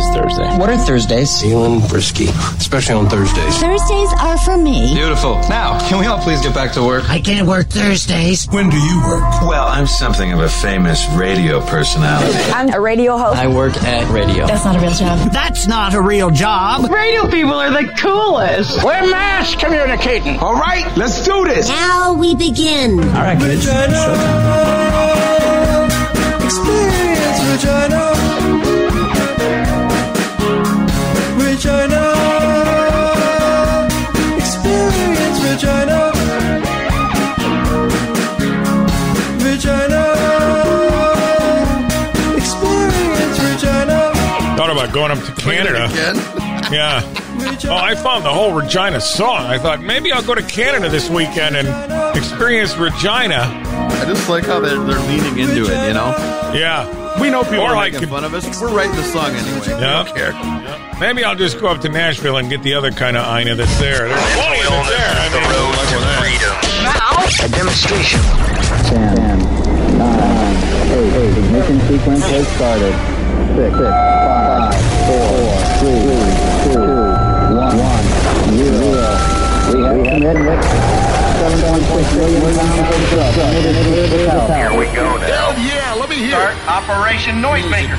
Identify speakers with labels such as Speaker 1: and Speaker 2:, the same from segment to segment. Speaker 1: What are Thursdays?
Speaker 2: Feeling frisky, especially on Thursdays.
Speaker 3: Thursdays are for me.
Speaker 4: Beautiful. Now, can we all please get back to work?
Speaker 5: I can't work Thursdays.
Speaker 6: When do you work?
Speaker 7: Well, I'm something of a famous radio personality.
Speaker 8: I'm a radio host.
Speaker 1: I work at radio.
Speaker 3: That's not a real job.
Speaker 5: That's not a real job.
Speaker 9: Radio people are the coolest.
Speaker 10: We're mass communicating.
Speaker 11: All right, let's do this.
Speaker 3: Now we begin.
Speaker 12: All right, kids. Vagina,
Speaker 13: experience vagina. Vagina. Experience vagina. Vagina. Experience vagina.
Speaker 14: Thought about going up to Canada. Yeah. Oh, I found the whole Regina song. I thought maybe I'll go to Canada this weekend and experience Regina.
Speaker 15: I just like how they're, they're leaning into it, you know?
Speaker 14: Yeah.
Speaker 15: We know people
Speaker 14: Or
Speaker 15: are
Speaker 14: I
Speaker 15: making
Speaker 14: could-
Speaker 15: fun of us. We're writing the song anyway.
Speaker 14: Yeah.
Speaker 15: We don't care.
Speaker 14: Maybe I'll just go up to Nashville and get the other kind of Ina that's there. There's plenty of them there. I mean, good luck with that.
Speaker 1: A demonstration. 10, 9, 8, ignition sequence has started. 6, 6, 5, 4, 3, 2, 1, 0. We have commitment. 7.6 million pounds of drugs committed to the South.
Speaker 15: Hell yeah, let me hear it.
Speaker 11: Operation Noisemaker.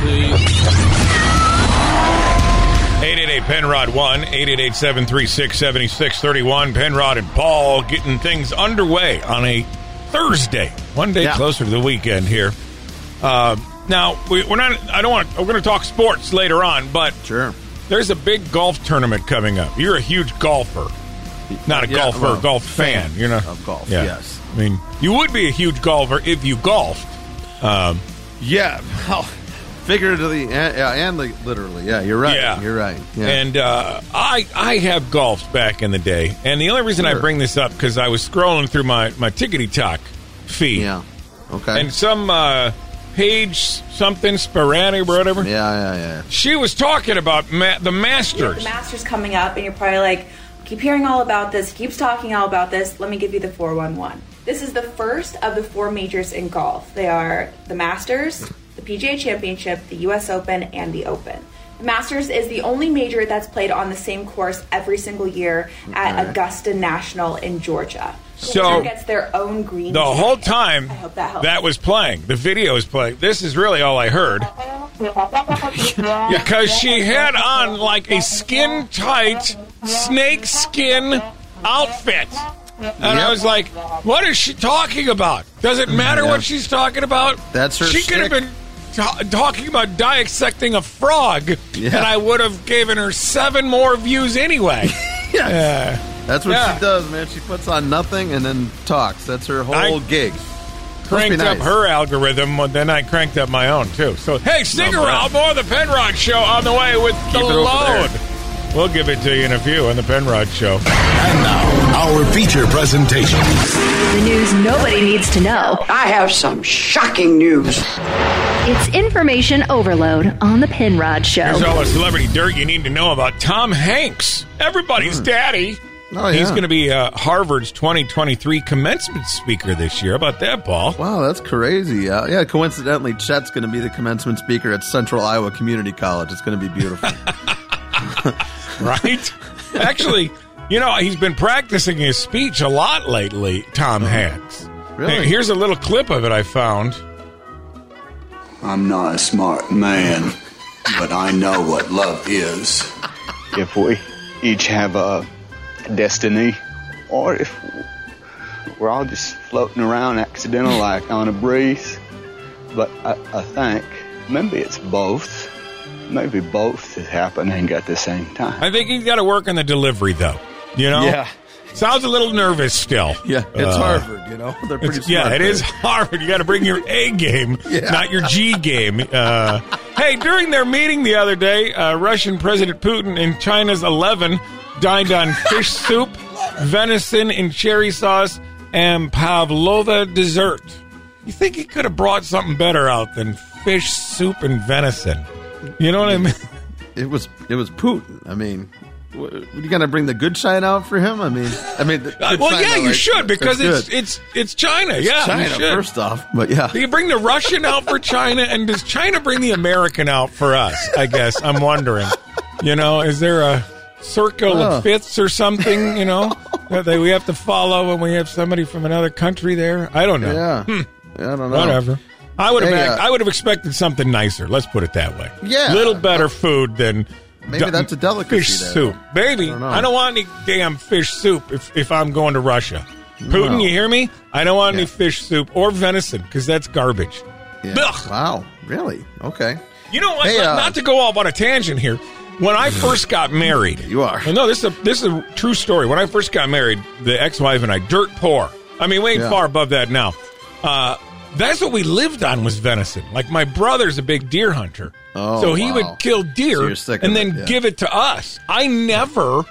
Speaker 14: 888 Penrod 1 888 736 7631. Penrod and Paul getting things underway on a Thursday, one day
Speaker 15: Yeah.
Speaker 14: closer to the weekend here. Uh, now, we, we're not, I don't want, we're going to talk sports later on, but
Speaker 15: Sure.
Speaker 14: there's a big golf tournament coming up. You're a huge golfer. Not a
Speaker 15: Yeah,
Speaker 14: golfer,
Speaker 15: well,
Speaker 14: a golf fan. You're not
Speaker 15: of golf, yes.
Speaker 14: I mean, you would be a huge golfer if you golfed. Um,
Speaker 15: Yeah. Well, figuratively and, yeah, and li- literally. Yeah, you're right.
Speaker 14: Yeah.
Speaker 15: You're right. Yeah.
Speaker 14: And uh, I I have golfed back in the day, and the only reason I
Speaker 15: Sure.
Speaker 14: bring this up because I was scrolling through my my tickety tock feed,
Speaker 15: yeah. Okay.
Speaker 14: and some uh, page something Sperani or whatever.
Speaker 15: yeah, yeah, yeah.
Speaker 14: She was talking about ma- the Masters.
Speaker 16: The master's coming up, and you're probably like, keep hearing all about this, keeps talking all about this. Let me give you the 411. This is the first of the four majors in golf. They are the Masters, the PGA Championship, the US Open, and the Open. The Masters is the only major that's played on the same course every single year at Augusta National in Georgia.
Speaker 14: So-
Speaker 16: Winner gets their own green.
Speaker 14: the whole
Speaker 16: jacket.
Speaker 14: time
Speaker 16: I hope that helps.
Speaker 14: was playing. The video is playing. This is really all I heard. because she had on like a skin tight snake skin outfit. And I was like, what is she talking about? Does it matter what she's talking about?
Speaker 15: That's her
Speaker 14: She could have
Speaker 15: shtick.
Speaker 14: been ta- talking about dissecting a frog,
Speaker 15: Yeah.
Speaker 14: and I would have given her seven more views anyway.
Speaker 15: Yes. That's what
Speaker 14: Yeah.
Speaker 15: she does, man. She puts on nothing and then talks. That's her whole
Speaker 14: I-
Speaker 15: gig.
Speaker 14: cranked
Speaker 15: nice.
Speaker 14: up her algorithm, well, then I cranked up my own too. So hey,
Speaker 15: Love
Speaker 14: stick
Speaker 15: that.
Speaker 14: around. More of the Penrod Show on the way with the
Speaker 15: it over
Speaker 14: load.
Speaker 15: there.
Speaker 14: We'll give it to you in a few on the Penrod Show.
Speaker 6: And now, our feature presentation.
Speaker 17: The news nobody needs to know.
Speaker 18: I have some shocking news.
Speaker 17: It's information overload on the Penrod
Speaker 14: Here's
Speaker 17: Show.
Speaker 14: all the celebrity dirt you need to know about Tom Hanks, everybody's daddy.
Speaker 15: Hmm. Oh,
Speaker 14: He's
Speaker 15: yeah.
Speaker 14: going to be uh, Harvard's 2023 commencement speaker this year. How about that, Paul?
Speaker 15: Wow, that's crazy. Uh, yeah, coincidentally, Chet's going to be the commencement speaker at Central Iowa Community College. It's going to be beautiful.
Speaker 14: Right? Actually, you know, he's been practicing his speech a lot lately, Tom Hanks.
Speaker 15: Oh. Really?
Speaker 14: Hey, Here's a little clip of it I found.
Speaker 19: I'm not a smart man, but I know what love is. If we each have a destiny, or if we're all just floating around accidental like on a breeze, but I, I think maybe it's both. Maybe both is happening at the same time.
Speaker 14: I think he's got to work on the delivery, though. You know?
Speaker 15: Yeah.
Speaker 14: Sounds a little nervous still.
Speaker 15: yeah, it's
Speaker 14: Uh,
Speaker 15: Harvard, you know? They're pretty
Speaker 14: it's- yeah,
Speaker 15: smart
Speaker 14: it
Speaker 15: there.
Speaker 14: is Harvard. You got to bring your A game,
Speaker 15: Yeah.
Speaker 14: not your G game. Uh, hey, during their meeting the other day, uh, Russian President Putin and China's 11 dined on fish soup, venison in cherry sauce, and pavlova dessert. You think he could have brought something better out than fish soup and venison? You know what I mean?
Speaker 15: It was it was Putin. I mean, wh- you gonna bring the good side out for him? I mean, I mean, the
Speaker 14: Uh,
Speaker 15: good
Speaker 14: well,
Speaker 15: China,
Speaker 14: yeah, you
Speaker 15: like,
Speaker 14: should because
Speaker 15: that's
Speaker 14: it's
Speaker 15: good.
Speaker 14: it's it's China. yeah, you
Speaker 15: China
Speaker 14: should.
Speaker 15: first off, but yeah,
Speaker 14: Do you bring the Russian out for China, and does China bring the American out for us? I guess I'm wondering. You know, is there a circle
Speaker 15: Oh.
Speaker 14: of fits or something? You know, that they, we have to follow when we have somebody from another country there. I don't know.
Speaker 15: Yeah.
Speaker 14: Hmm.
Speaker 15: I don't know.
Speaker 14: Whatever. I would have.
Speaker 15: Hey,
Speaker 14: act-
Speaker 15: uh,
Speaker 14: I would have expected something nicer. Let's put it that way.
Speaker 15: Yeah.
Speaker 14: little better food than
Speaker 15: Maybe
Speaker 14: du-
Speaker 15: that's a delicacy
Speaker 14: Fish
Speaker 15: there.
Speaker 14: soup, baby. I don't,
Speaker 15: know.
Speaker 14: want any damn fish soup if, if I'm going to Russia. Putin,
Speaker 15: No.
Speaker 14: you hear me? I don't want any
Speaker 15: Yeah.
Speaker 14: fish soup or venison because that's garbage.
Speaker 15: Yeah.
Speaker 14: Ugh.
Speaker 15: Wow. Really? Okay.
Speaker 14: You know what?
Speaker 15: Hey,
Speaker 14: Not-
Speaker 15: uh,
Speaker 14: not to go off on a tangent here. When I first got married,
Speaker 15: You are.
Speaker 14: Well, no, this is a, this is a true story. When I first got married, the ex-wife and I, dirt poor. I mean, way
Speaker 15: Yeah.
Speaker 14: far above that now. Uh, that's what we lived on was venison. Like my brother's a big deer hunter,
Speaker 15: Oh,
Speaker 14: so he
Speaker 15: wow.
Speaker 14: would kill
Speaker 15: So
Speaker 14: deer
Speaker 15: you're sick of
Speaker 14: and
Speaker 15: it,
Speaker 14: then
Speaker 15: yeah.
Speaker 14: give it to us. I never.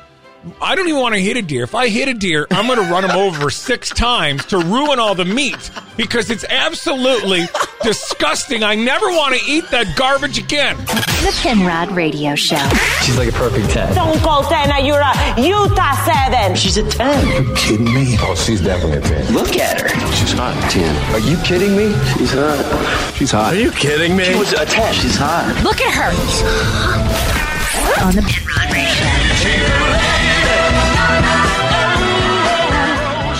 Speaker 14: I don't even want to hit a deer. If I hit a deer, I'm going to run him over six times to ruin all the meat because it's absolutely disgusting. I never want to eat that garbage again.
Speaker 17: The Penrod Radio Show.
Speaker 8: She's like a perfect 10.
Speaker 12: Stone Cold Santa, you're a Utah 7.
Speaker 8: She's a 10.
Speaker 12: You kidding me?
Speaker 2: Oh, she's definitely a 10.
Speaker 8: Look at her.
Speaker 2: She's hot. 10. Are you kidding me? She's hot. She's hot. Are you kidding me? She was a 10. She's hot.
Speaker 8: Look at her.
Speaker 17: On the Penrod Radio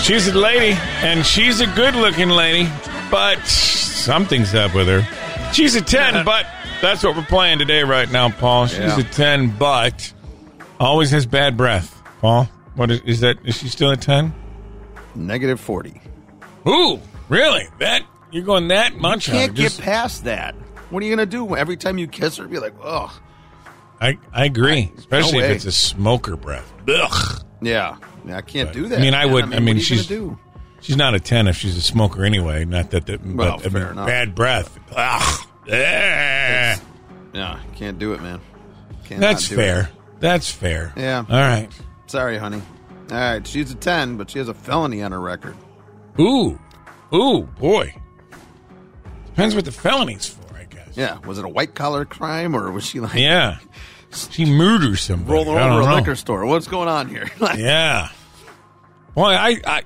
Speaker 14: She's a lady, and she's a good looking lady, but something's up with her. She's a 10, but that's what we're playing today, right now, Paul. She's
Speaker 15: Yeah.
Speaker 14: a 10, but always has bad breath. Paul, what is, is that? Is she still a 10?
Speaker 15: Negative 40.
Speaker 14: Ooh, really? That? You're going that much?
Speaker 15: You
Speaker 14: on it?
Speaker 15: can't get
Speaker 14: Just-
Speaker 15: past that. What are you going to do every time you kiss her? Be like, ugh.
Speaker 14: I, I agree, especially if
Speaker 15: way.
Speaker 14: it's a smoker breath. Ugh.
Speaker 15: Yeah. Yeah, I can't do that.
Speaker 14: I mean, I
Speaker 15: man.
Speaker 14: would. I mean,
Speaker 15: what are you
Speaker 14: she's
Speaker 15: gonna do?
Speaker 14: she's not a ten if she's a smoker anyway. Not that the
Speaker 15: Well,
Speaker 14: but, I mean,
Speaker 15: fair enough.
Speaker 14: bad breath. Ah, Ugh. Eh.
Speaker 15: Yeah, can't do it, man. Cannot
Speaker 14: That's
Speaker 15: do
Speaker 14: fair.
Speaker 15: it.
Speaker 14: That's fair.
Speaker 15: Yeah.
Speaker 14: All right.
Speaker 15: Sorry, honey. All right, she's a 10, but she has a felony on her record.
Speaker 14: Ooh. Ooh, boy. Depends what the felony's for, I guess.
Speaker 15: Yeah, was it a white collar crime or was she like
Speaker 14: Yeah. She murders somebody.
Speaker 15: rolling
Speaker 14: I
Speaker 15: over a
Speaker 14: don't know.
Speaker 15: liquor store? What's going on here? Like,
Speaker 14: Yeah. Boy, I, I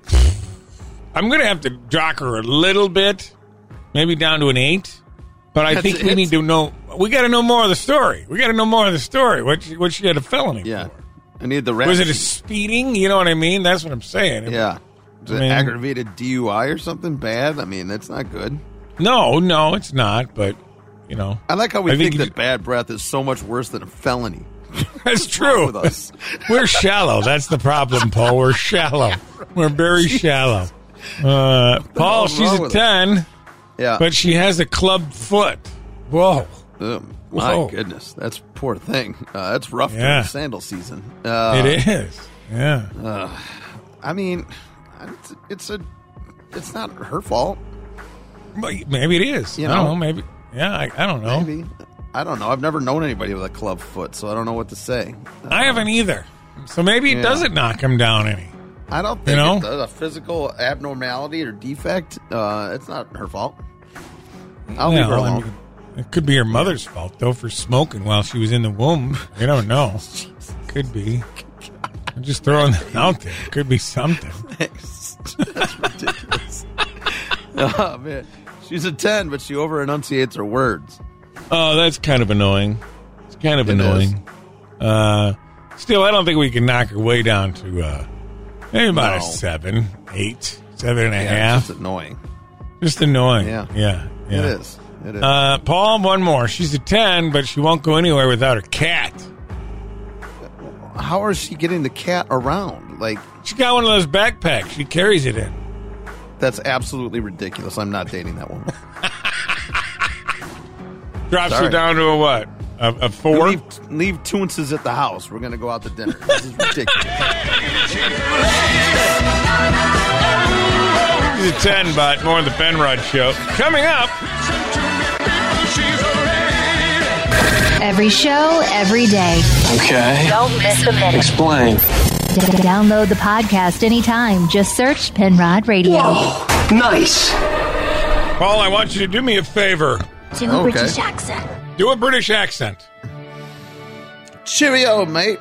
Speaker 14: I'm gonna have to jock her a little bit, maybe down to an eight. But I
Speaker 15: That's-
Speaker 14: think we
Speaker 15: it's-
Speaker 14: need to know. We got to know more of the story. We got to know more of the story. What she, what she had a felony?
Speaker 15: Yeah.
Speaker 14: for.
Speaker 15: I need the rap.
Speaker 14: was it a speeding? You know what I mean? That's what I'm saying.
Speaker 15: Yeah. Was
Speaker 14: I
Speaker 15: it
Speaker 14: mean-
Speaker 15: aggravated DUI or something bad? I mean, that's not good.
Speaker 14: No, no, it's not. But you know,
Speaker 15: I like how we
Speaker 14: I think
Speaker 15: think,
Speaker 14: you-
Speaker 15: that bad breath is so much worse than a felony.
Speaker 14: that's true.
Speaker 15: with us?
Speaker 14: We're shallow. That's the problem, Paul. We're shallow. We're very shallow. Uh, Paul,
Speaker 15: hell's
Speaker 14: she's
Speaker 15: wrong
Speaker 14: a
Speaker 15: with us?
Speaker 14: ten,
Speaker 15: Yeah.
Speaker 14: but she has a club foot. Whoa.
Speaker 15: Oh, my
Speaker 14: Whoa.
Speaker 15: goodness, that's a poor thing. Uh, that's rough
Speaker 14: Yeah.
Speaker 15: during sandal season. Uh,
Speaker 14: it is. Yeah.
Speaker 15: I mean, it's, it's a, it's not her fault.
Speaker 14: But Maybe it is.
Speaker 15: You
Speaker 14: I don't
Speaker 15: know?
Speaker 14: know. Maybe. Yeah, I, I don't know.
Speaker 15: Maybe I don't know. I've never known anybody with a club foot, so I don't know what to say.
Speaker 14: I haven't either. So maybe it
Speaker 15: Yeah.
Speaker 14: doesn't knock him down any.
Speaker 15: I don't
Speaker 14: You
Speaker 15: think
Speaker 14: know?
Speaker 15: it's a, a physical abnormality or defect. Uh, it's not her fault.
Speaker 20: Oh,
Speaker 15: I'll leave her
Speaker 14: Well, I
Speaker 15: alone.
Speaker 14: mean, it could be her mother's fault, though, for smoking while she was in the womb. I don't know. could be. I'm just throwing that out there. Could be something.
Speaker 15: That's ridiculous. oh man, she's a ten, but she over enunciates her words.
Speaker 14: Oh, that's kind of annoying. It's kind of
Speaker 15: It
Speaker 14: annoying. Uh, still, I don't think we can knock her way down to uh, maybe about a
Speaker 15: No.
Speaker 14: seven, eight, seven and a half.
Speaker 15: Yeah, it's just annoying.
Speaker 14: Just annoying.
Speaker 15: Yeah.
Speaker 14: Yeah. yeah.
Speaker 15: It is. It is.
Speaker 14: Uh, Paul, one more. She's a 10, but she won't go anywhere without her cat.
Speaker 15: How is she getting the cat around? Like
Speaker 14: She got one of those backpacks. She carries it in.
Speaker 15: that's absolutely ridiculous. I'm not dating that woman.
Speaker 14: Drops her
Speaker 15: Sorry.
Speaker 14: down to a what? A, a four?
Speaker 15: Leave, leave Toonses at the house. We're gonna go out to dinner. This is ridiculous.
Speaker 14: She's a 10, but more of the Benrod show. Coming up.
Speaker 17: Show. Every show, every day.
Speaker 2: Okay.
Speaker 17: Don't miss a minute.
Speaker 2: Explain.
Speaker 17: D- download the podcast anytime. Just search Penrod Radio.
Speaker 18: Nice.
Speaker 14: Paul, I want you to do me a favor.
Speaker 3: Do
Speaker 15: a Okay. British
Speaker 3: accent.
Speaker 14: Do a British accent.
Speaker 15: Cheerio, mate.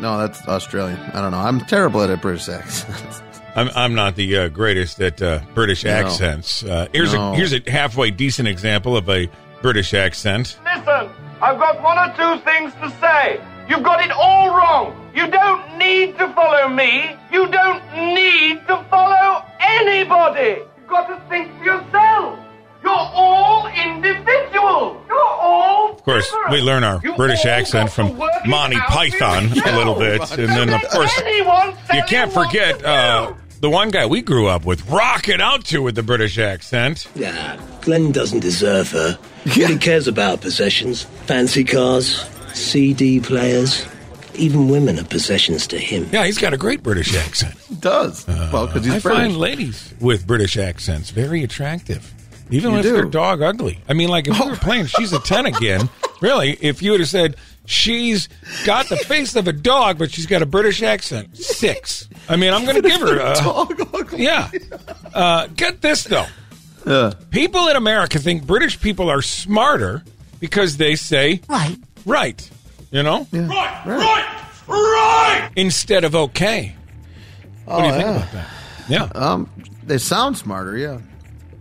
Speaker 15: No, that's Australian. I don't know. I'm terrible at a British accent.
Speaker 14: I'm, I'm not the uh, greatest at uh, British
Speaker 15: No.
Speaker 14: accents. Uh, here's,
Speaker 15: No.
Speaker 14: a, here's a halfway decent example of a British accent.
Speaker 11: Listen, I've got one or two things to say. You've got it all wrong. You don't need to follow me. You don't need to follow anybody. You've got to think for yourself. You're all individuals. You're all.
Speaker 14: Of course, we learn our British accent from Monty Python a little bit, and then of course
Speaker 11: Anyone
Speaker 14: you can't forget uh, the one guy we grew up with, rocking out to with the British accent.
Speaker 21: Yeah, Glenn doesn't deserve her. All he cares about possessions, fancy cars, CD players, even women are possessions to him.
Speaker 14: Yeah, he's got a great British accent.
Speaker 15: does well because he's
Speaker 14: I
Speaker 15: British.
Speaker 14: find ladies with British accents very attractive, even
Speaker 15: You
Speaker 14: if
Speaker 15: do. Oh.
Speaker 14: they're dog ugly. I mean, like if we were playing "She's a Ten Again," really, if you would have said she's got the face of a dog, but she's got a British accent, six. I mean, I'm going to give her a yeah. Uh, get this though, people in America think British people are smarter because they say right, right. You know, right, right, right, instead of okay. What do you
Speaker 15: Oh,
Speaker 14: think
Speaker 15: yeah.
Speaker 14: about that? Yeah.
Speaker 15: Um, they sound smarter. Yeah.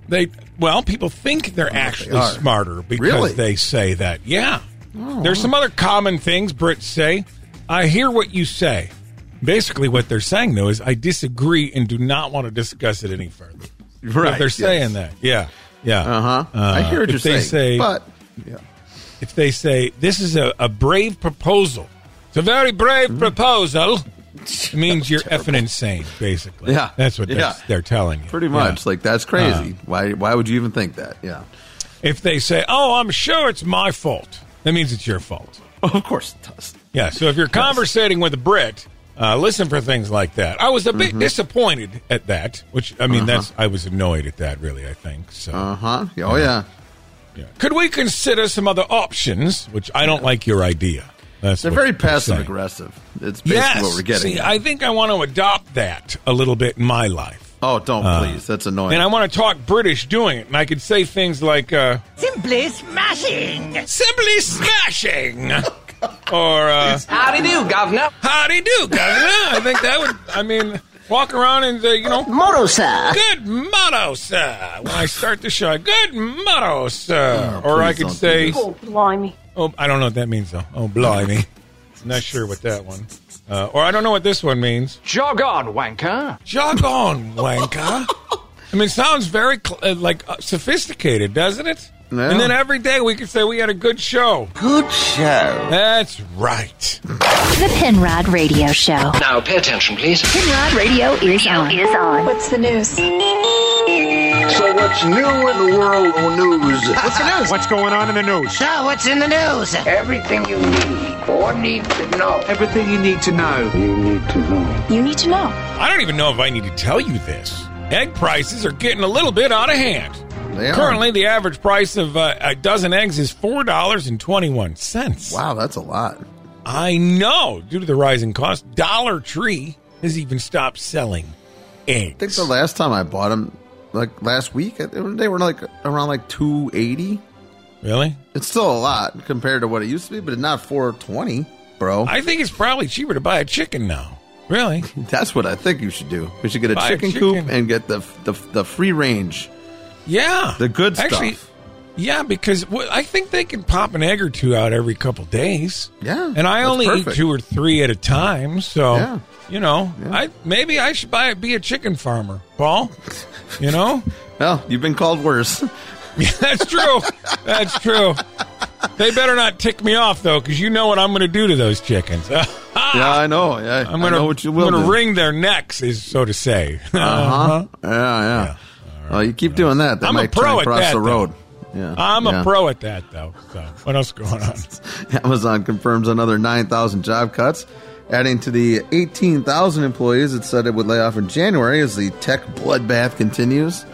Speaker 14: They well, people think they're actually
Speaker 15: are.
Speaker 14: smarter because
Speaker 15: Really?
Speaker 14: they say that. Yeah.
Speaker 15: Oh,
Speaker 14: There's
Speaker 15: wow.
Speaker 14: some other common things Brits say. I hear what you say. Basically, what they're saying though is, I disagree and do not want to discuss it any further.
Speaker 15: Right,
Speaker 14: If they're
Speaker 15: yes.
Speaker 14: saying that. Yeah. Yeah. Uh-huh.
Speaker 15: I hear what you're
Speaker 14: if they
Speaker 15: saying,
Speaker 14: say,
Speaker 15: but yeah.
Speaker 14: if they say this is a, a brave proposal, it's a very brave
Speaker 15: Mm-hmm.
Speaker 14: proposal. It means you're effing insane, basically.
Speaker 15: Yeah.
Speaker 14: That's what they're,
Speaker 15: Yeah.
Speaker 14: they're telling you.
Speaker 15: Pretty
Speaker 14: Yeah. Uh.
Speaker 15: much. Like that's crazy. why why would you even think that? Yeah.
Speaker 14: If they say, "Oh, I'm sure it's my fault," that means it's your fault.
Speaker 15: Of course it does.
Speaker 14: Yeah. So if you're conversating with a Brit, uh, listen for things like that. I was a bit disappointed at that, which I mean,
Speaker 15: Mm-hmm. Uh-huh.
Speaker 14: that's I was annoyed at that. Really, I think so.
Speaker 15: Uh huh. Oh yeah.
Speaker 14: Could we consider some other options? Which I don't like your idea. That's
Speaker 15: They're
Speaker 14: what
Speaker 15: very
Speaker 14: I'm
Speaker 15: passive
Speaker 14: saying.
Speaker 15: aggressive. It's basically
Speaker 14: yes.
Speaker 15: what we're getting.
Speaker 14: See,
Speaker 15: at.
Speaker 14: I think I want to adopt that a little bit in my life.
Speaker 15: oh, don't
Speaker 14: Uh,
Speaker 15: please. That's annoying.
Speaker 14: And I want to talk British doing it, and I could say things like, uh,
Speaker 5: Simply smashing.
Speaker 14: Simply smashing.
Speaker 15: Oh,
Speaker 14: or uh,
Speaker 5: Howdy do,
Speaker 14: governor. Howdy do, governor. I think that would. I mean, walk around and say, you know, motto,
Speaker 5: sir.
Speaker 14: Good motto, sir. When I start the show, good motto, sir.
Speaker 15: Oh,
Speaker 14: or I
Speaker 15: please
Speaker 14: could
Speaker 15: don't
Speaker 14: say,
Speaker 15: do
Speaker 9: Oh, blimey.
Speaker 14: oh, I don't know what that means though. Oh, blimey. Not sure what that one. Uh, or I don't know what this one means.
Speaker 11: Jog on, wanker.
Speaker 14: Jog on, wanker. I mean, it sounds very cl- uh, like uh, sophisticated, doesn't it?
Speaker 11: Yeah.
Speaker 14: And then every day we could say we had a good show. Good show. That's right.
Speaker 17: The Penrod Radio Show.
Speaker 18: Now pay attention, please.
Speaker 17: Penrod Radio is on. Is on.
Speaker 18: What's the news?
Speaker 22: So what's new in the world of news?
Speaker 5: What's the news?
Speaker 22: What's going on in the news?
Speaker 5: So, what's in the news?
Speaker 22: Everything you need or need to know. Everything you need to know. You need to know.
Speaker 18: You need to know.
Speaker 14: I don't even know if I need to tell you this. Egg prices are getting a little bit out of hand.
Speaker 15: They are.
Speaker 14: Currently, the average price of uh, a dozen eggs is four dollars and twenty-one cents.
Speaker 15: wow, that's a lot.
Speaker 14: I know. Due to the rising cost, Dollar Tree has even stopped selling eggs.
Speaker 15: I think the last time I bought them, like last week, I- they were like around like two eighty.
Speaker 14: Really?
Speaker 15: It's still a lot compared to what it used to be, but not four twenty, bro.
Speaker 14: I think it's probably cheaper to buy a chicken now. Really?
Speaker 15: That's what I think you should do. We should get a
Speaker 14: Buy a
Speaker 15: chicken, coop
Speaker 14: chicken.
Speaker 15: and get the, the the free range,
Speaker 14: Yeah.
Speaker 15: the good
Speaker 14: Actually,
Speaker 15: stuff.
Speaker 14: yeah, because well, I think they can pop an egg or two out every couple days.
Speaker 15: Yeah,
Speaker 14: and I
Speaker 15: that's
Speaker 14: only eat
Speaker 15: perfect.
Speaker 14: two or three at a time. So
Speaker 15: Yeah.
Speaker 14: you know, I maybe I should buy be a chicken farmer, Paul. You know,
Speaker 15: Well, you've been called worse.
Speaker 14: that's true. That's true. They better not tick me off though, because you know what I'm going to do to those chickens.
Speaker 15: yeah, I know. Yeah,
Speaker 14: I'm
Speaker 15: I
Speaker 14: going
Speaker 15: know what
Speaker 14: to
Speaker 15: you will
Speaker 14: I'm going to
Speaker 15: do.
Speaker 14: wring their necks, is so to say.
Speaker 15: Uh huh. Yeah, yeah. Well, you keep doing that. That
Speaker 14: I'm a
Speaker 15: might
Speaker 14: pro at
Speaker 15: across
Speaker 14: that,
Speaker 15: the
Speaker 14: though.
Speaker 15: road. Yeah,
Speaker 14: I'm
Speaker 15: yeah.
Speaker 14: a pro at that though. So what else going on?
Speaker 15: Amazon confirms another 9,000 job cuts, adding to the 18,000 employees it said it would lay off in January as the tech bloodbath continues.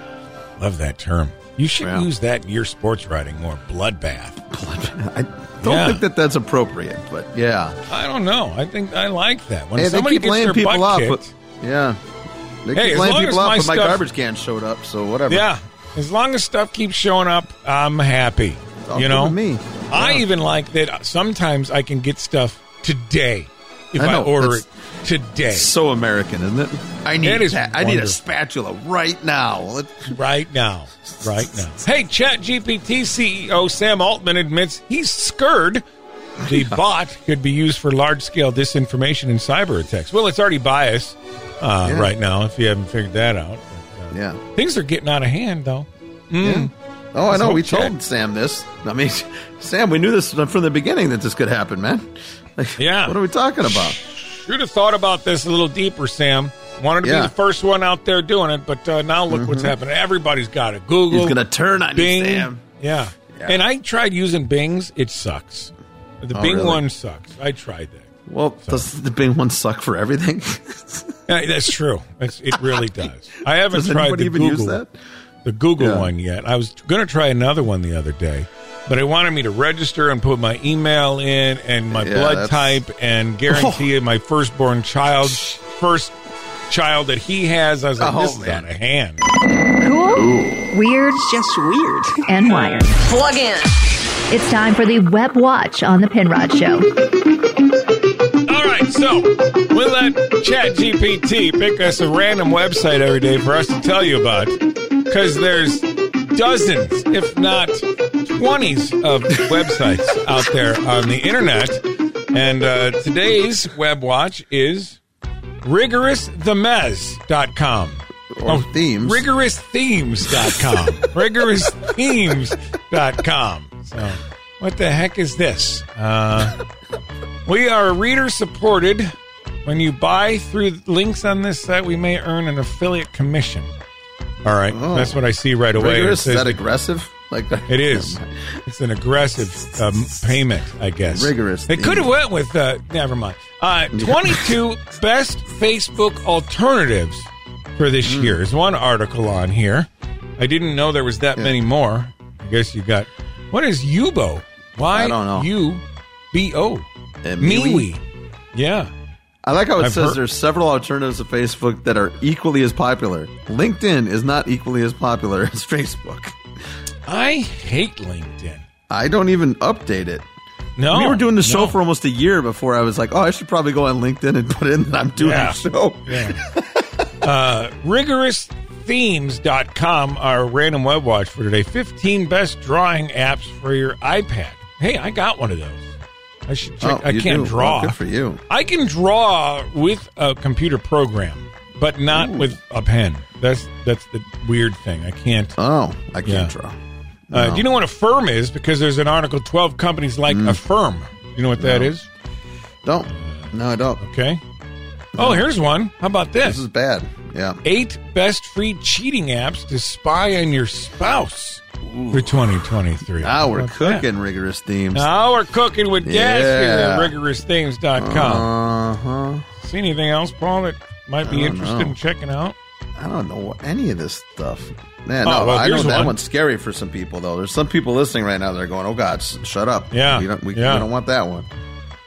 Speaker 14: Love that term. You should use that in your sports writing more. Bloodbath.
Speaker 15: I don't
Speaker 14: Yeah.
Speaker 15: think that that's appropriate, but yeah.
Speaker 14: I don't know. I think I like that. When
Speaker 15: Hey, they
Speaker 14: somebody
Speaker 15: keep
Speaker 14: gets
Speaker 15: laying
Speaker 14: their
Speaker 15: people
Speaker 14: butt
Speaker 15: off.
Speaker 14: kicked,
Speaker 15: but- yeah. They
Speaker 14: Hey, as
Speaker 15: keep laying
Speaker 14: long as
Speaker 15: people off,
Speaker 14: my
Speaker 15: but my
Speaker 14: stuff-
Speaker 15: garbage can showed up, so whatever.
Speaker 14: yeah. As long as stuff keeps showing up, I'm happy.
Speaker 15: all good
Speaker 14: you know,
Speaker 15: with me.
Speaker 14: I even like that. Sometimes I can get stuff today if
Speaker 15: I
Speaker 14: I,
Speaker 15: know,
Speaker 14: order
Speaker 15: that's-
Speaker 14: it today.
Speaker 15: So American, isn't it? I need
Speaker 14: That is
Speaker 15: that. I need a
Speaker 14: wonderful.
Speaker 15: spatula right now. Let-
Speaker 14: right now. E Right now. Hey, ChatGPT CEO Sam Altman admits he's scared The bot could be used for large scale disinformation and cyber attacks. Well, it's already biased uh,
Speaker 15: Yeah.
Speaker 14: right now, if you haven't figured that out.
Speaker 15: Yeah.
Speaker 14: Things are getting out of hand, though. Mm.
Speaker 15: Oh, I
Speaker 14: Let's
Speaker 15: know.
Speaker 14: hope
Speaker 15: We
Speaker 14: check.
Speaker 15: told Sam this. I mean, Sam, we knew this from the beginning that this could happen, man. Like,
Speaker 14: Yeah.
Speaker 15: What are we talking about?
Speaker 14: Should have thought about this a little deeper, Sam. Wanted to
Speaker 15: Yeah.
Speaker 14: be the first one out there doing it, but uh, now look what's
Speaker 15: Mhm.
Speaker 14: happening. Everybody's got it. Google.
Speaker 15: He's gonna turn on you,
Speaker 14: Bing.
Speaker 15: Sam.
Speaker 14: Yeah. And I tried using Bing's. It sucks. The
Speaker 15: Oh,
Speaker 14: Bing
Speaker 15: really?
Speaker 14: one sucks. I tried that.
Speaker 15: Well, does the Bing one suck for everything?
Speaker 14: Yeah, that's true. That's, it really does. I haven't
Speaker 15: Does
Speaker 14: tried
Speaker 15: anyone
Speaker 14: the
Speaker 15: even
Speaker 14: Google,
Speaker 15: use that?
Speaker 14: the Google
Speaker 15: Yeah.
Speaker 14: one yet. I was going to try another one the other day, but it wanted me to register and put my email in and my
Speaker 15: Yeah,
Speaker 14: blood
Speaker 15: that's- Oh.
Speaker 14: type and guarantee my firstborn child, first child that he has. I was like,
Speaker 17: Oh,
Speaker 14: this is out of hand.
Speaker 17: Cool. Weird. Just weird. And wired.
Speaker 4: Plug in.
Speaker 17: It's time for the Web Watch on the Penrod Show.
Speaker 14: All right, so we let ChatGPT pick us a random website every day for us to tell you about because there's dozens, if not 20s, of websites out there on the internet. And uh, today's web watch is rigorousthemez.com. Or oh, themes. Rigorousthemes.com. rigorousthemes.com. So, what the heck is this? Uh, we are reader supported. When you buy through links on this site, we may earn an affiliate commission. All right. That's what I see right away. It
Speaker 15: Oh. Rigorous? Is
Speaker 14: says
Speaker 15: that
Speaker 14: the-
Speaker 15: aggressive? Like
Speaker 14: it is. It's an aggressive um, payment, I guess.
Speaker 15: Rigorous
Speaker 14: They could have went with. Uh, never mind. Uh, Twenty-two best Facebook alternatives for this
Speaker 15: Hmm.
Speaker 14: year. There's one article on here. I didn't know there was that many more. I guess you got. What is Yubo? Why
Speaker 15: I don't know.
Speaker 14: U B O.
Speaker 15: MeWe.
Speaker 14: MeWe. Yeah.
Speaker 15: I like how it
Speaker 14: I've
Speaker 15: says
Speaker 14: heard-
Speaker 15: there's several alternatives to Facebook that are equally as popular. LinkedIn is not equally as popular as Facebook.
Speaker 14: I hate LinkedIn.
Speaker 15: I don't even update it.
Speaker 14: No,
Speaker 15: we were doing the show
Speaker 14: Oh, no.
Speaker 15: for almost a year before I was like, oh, I should probably go on LinkedIn and put in that I'm doing
Speaker 14: Yeah.
Speaker 15: a show.
Speaker 14: uh, rigorousthemes.com, our random web watch for today. 15 best drawing apps for your iPad. Hey, I got one of those. I should
Speaker 15: Oh,
Speaker 14: check. I
Speaker 15: you
Speaker 14: can't
Speaker 15: do.
Speaker 14: draw.
Speaker 15: Well, good for you.
Speaker 14: I can draw with a computer program, but not with a pen. That's that's the weird thing. I can't.
Speaker 15: Oh, I can't
Speaker 14: draw.
Speaker 15: No. Mm.
Speaker 14: Uh, do you know what a firm is? Because there's an article 12 companies like a firm. Do you know what that
Speaker 15: No.
Speaker 14: is?
Speaker 15: Don't. No, I don't.
Speaker 14: Okay. Oh, here's one. How about this? This
Speaker 15: Uh, is bad. Yeah.
Speaker 14: Eight best free cheating apps to spy on your spouse for 2023.
Speaker 15: Now we're
Speaker 14: How about that?
Speaker 15: cooking rigorous themes.
Speaker 14: Now we're cooking with gas
Speaker 15: Yeah.
Speaker 14: here at rigorousthings.com.
Speaker 15: Uh-huh.
Speaker 14: See anything else, Paul, that might be
Speaker 15: I don't
Speaker 14: interested
Speaker 15: know.
Speaker 14: in checking out?
Speaker 15: I don't know what- any of this stuff. Man,
Speaker 14: Oh,
Speaker 15: no,
Speaker 14: well,
Speaker 15: I know
Speaker 14: here's
Speaker 15: that
Speaker 14: one.
Speaker 15: one's scary for some people, though. There's some people listening right now that are going, oh, God, s- shut up.
Speaker 14: Yeah.
Speaker 15: We don't, we,
Speaker 14: Yeah.
Speaker 15: we don't want that one.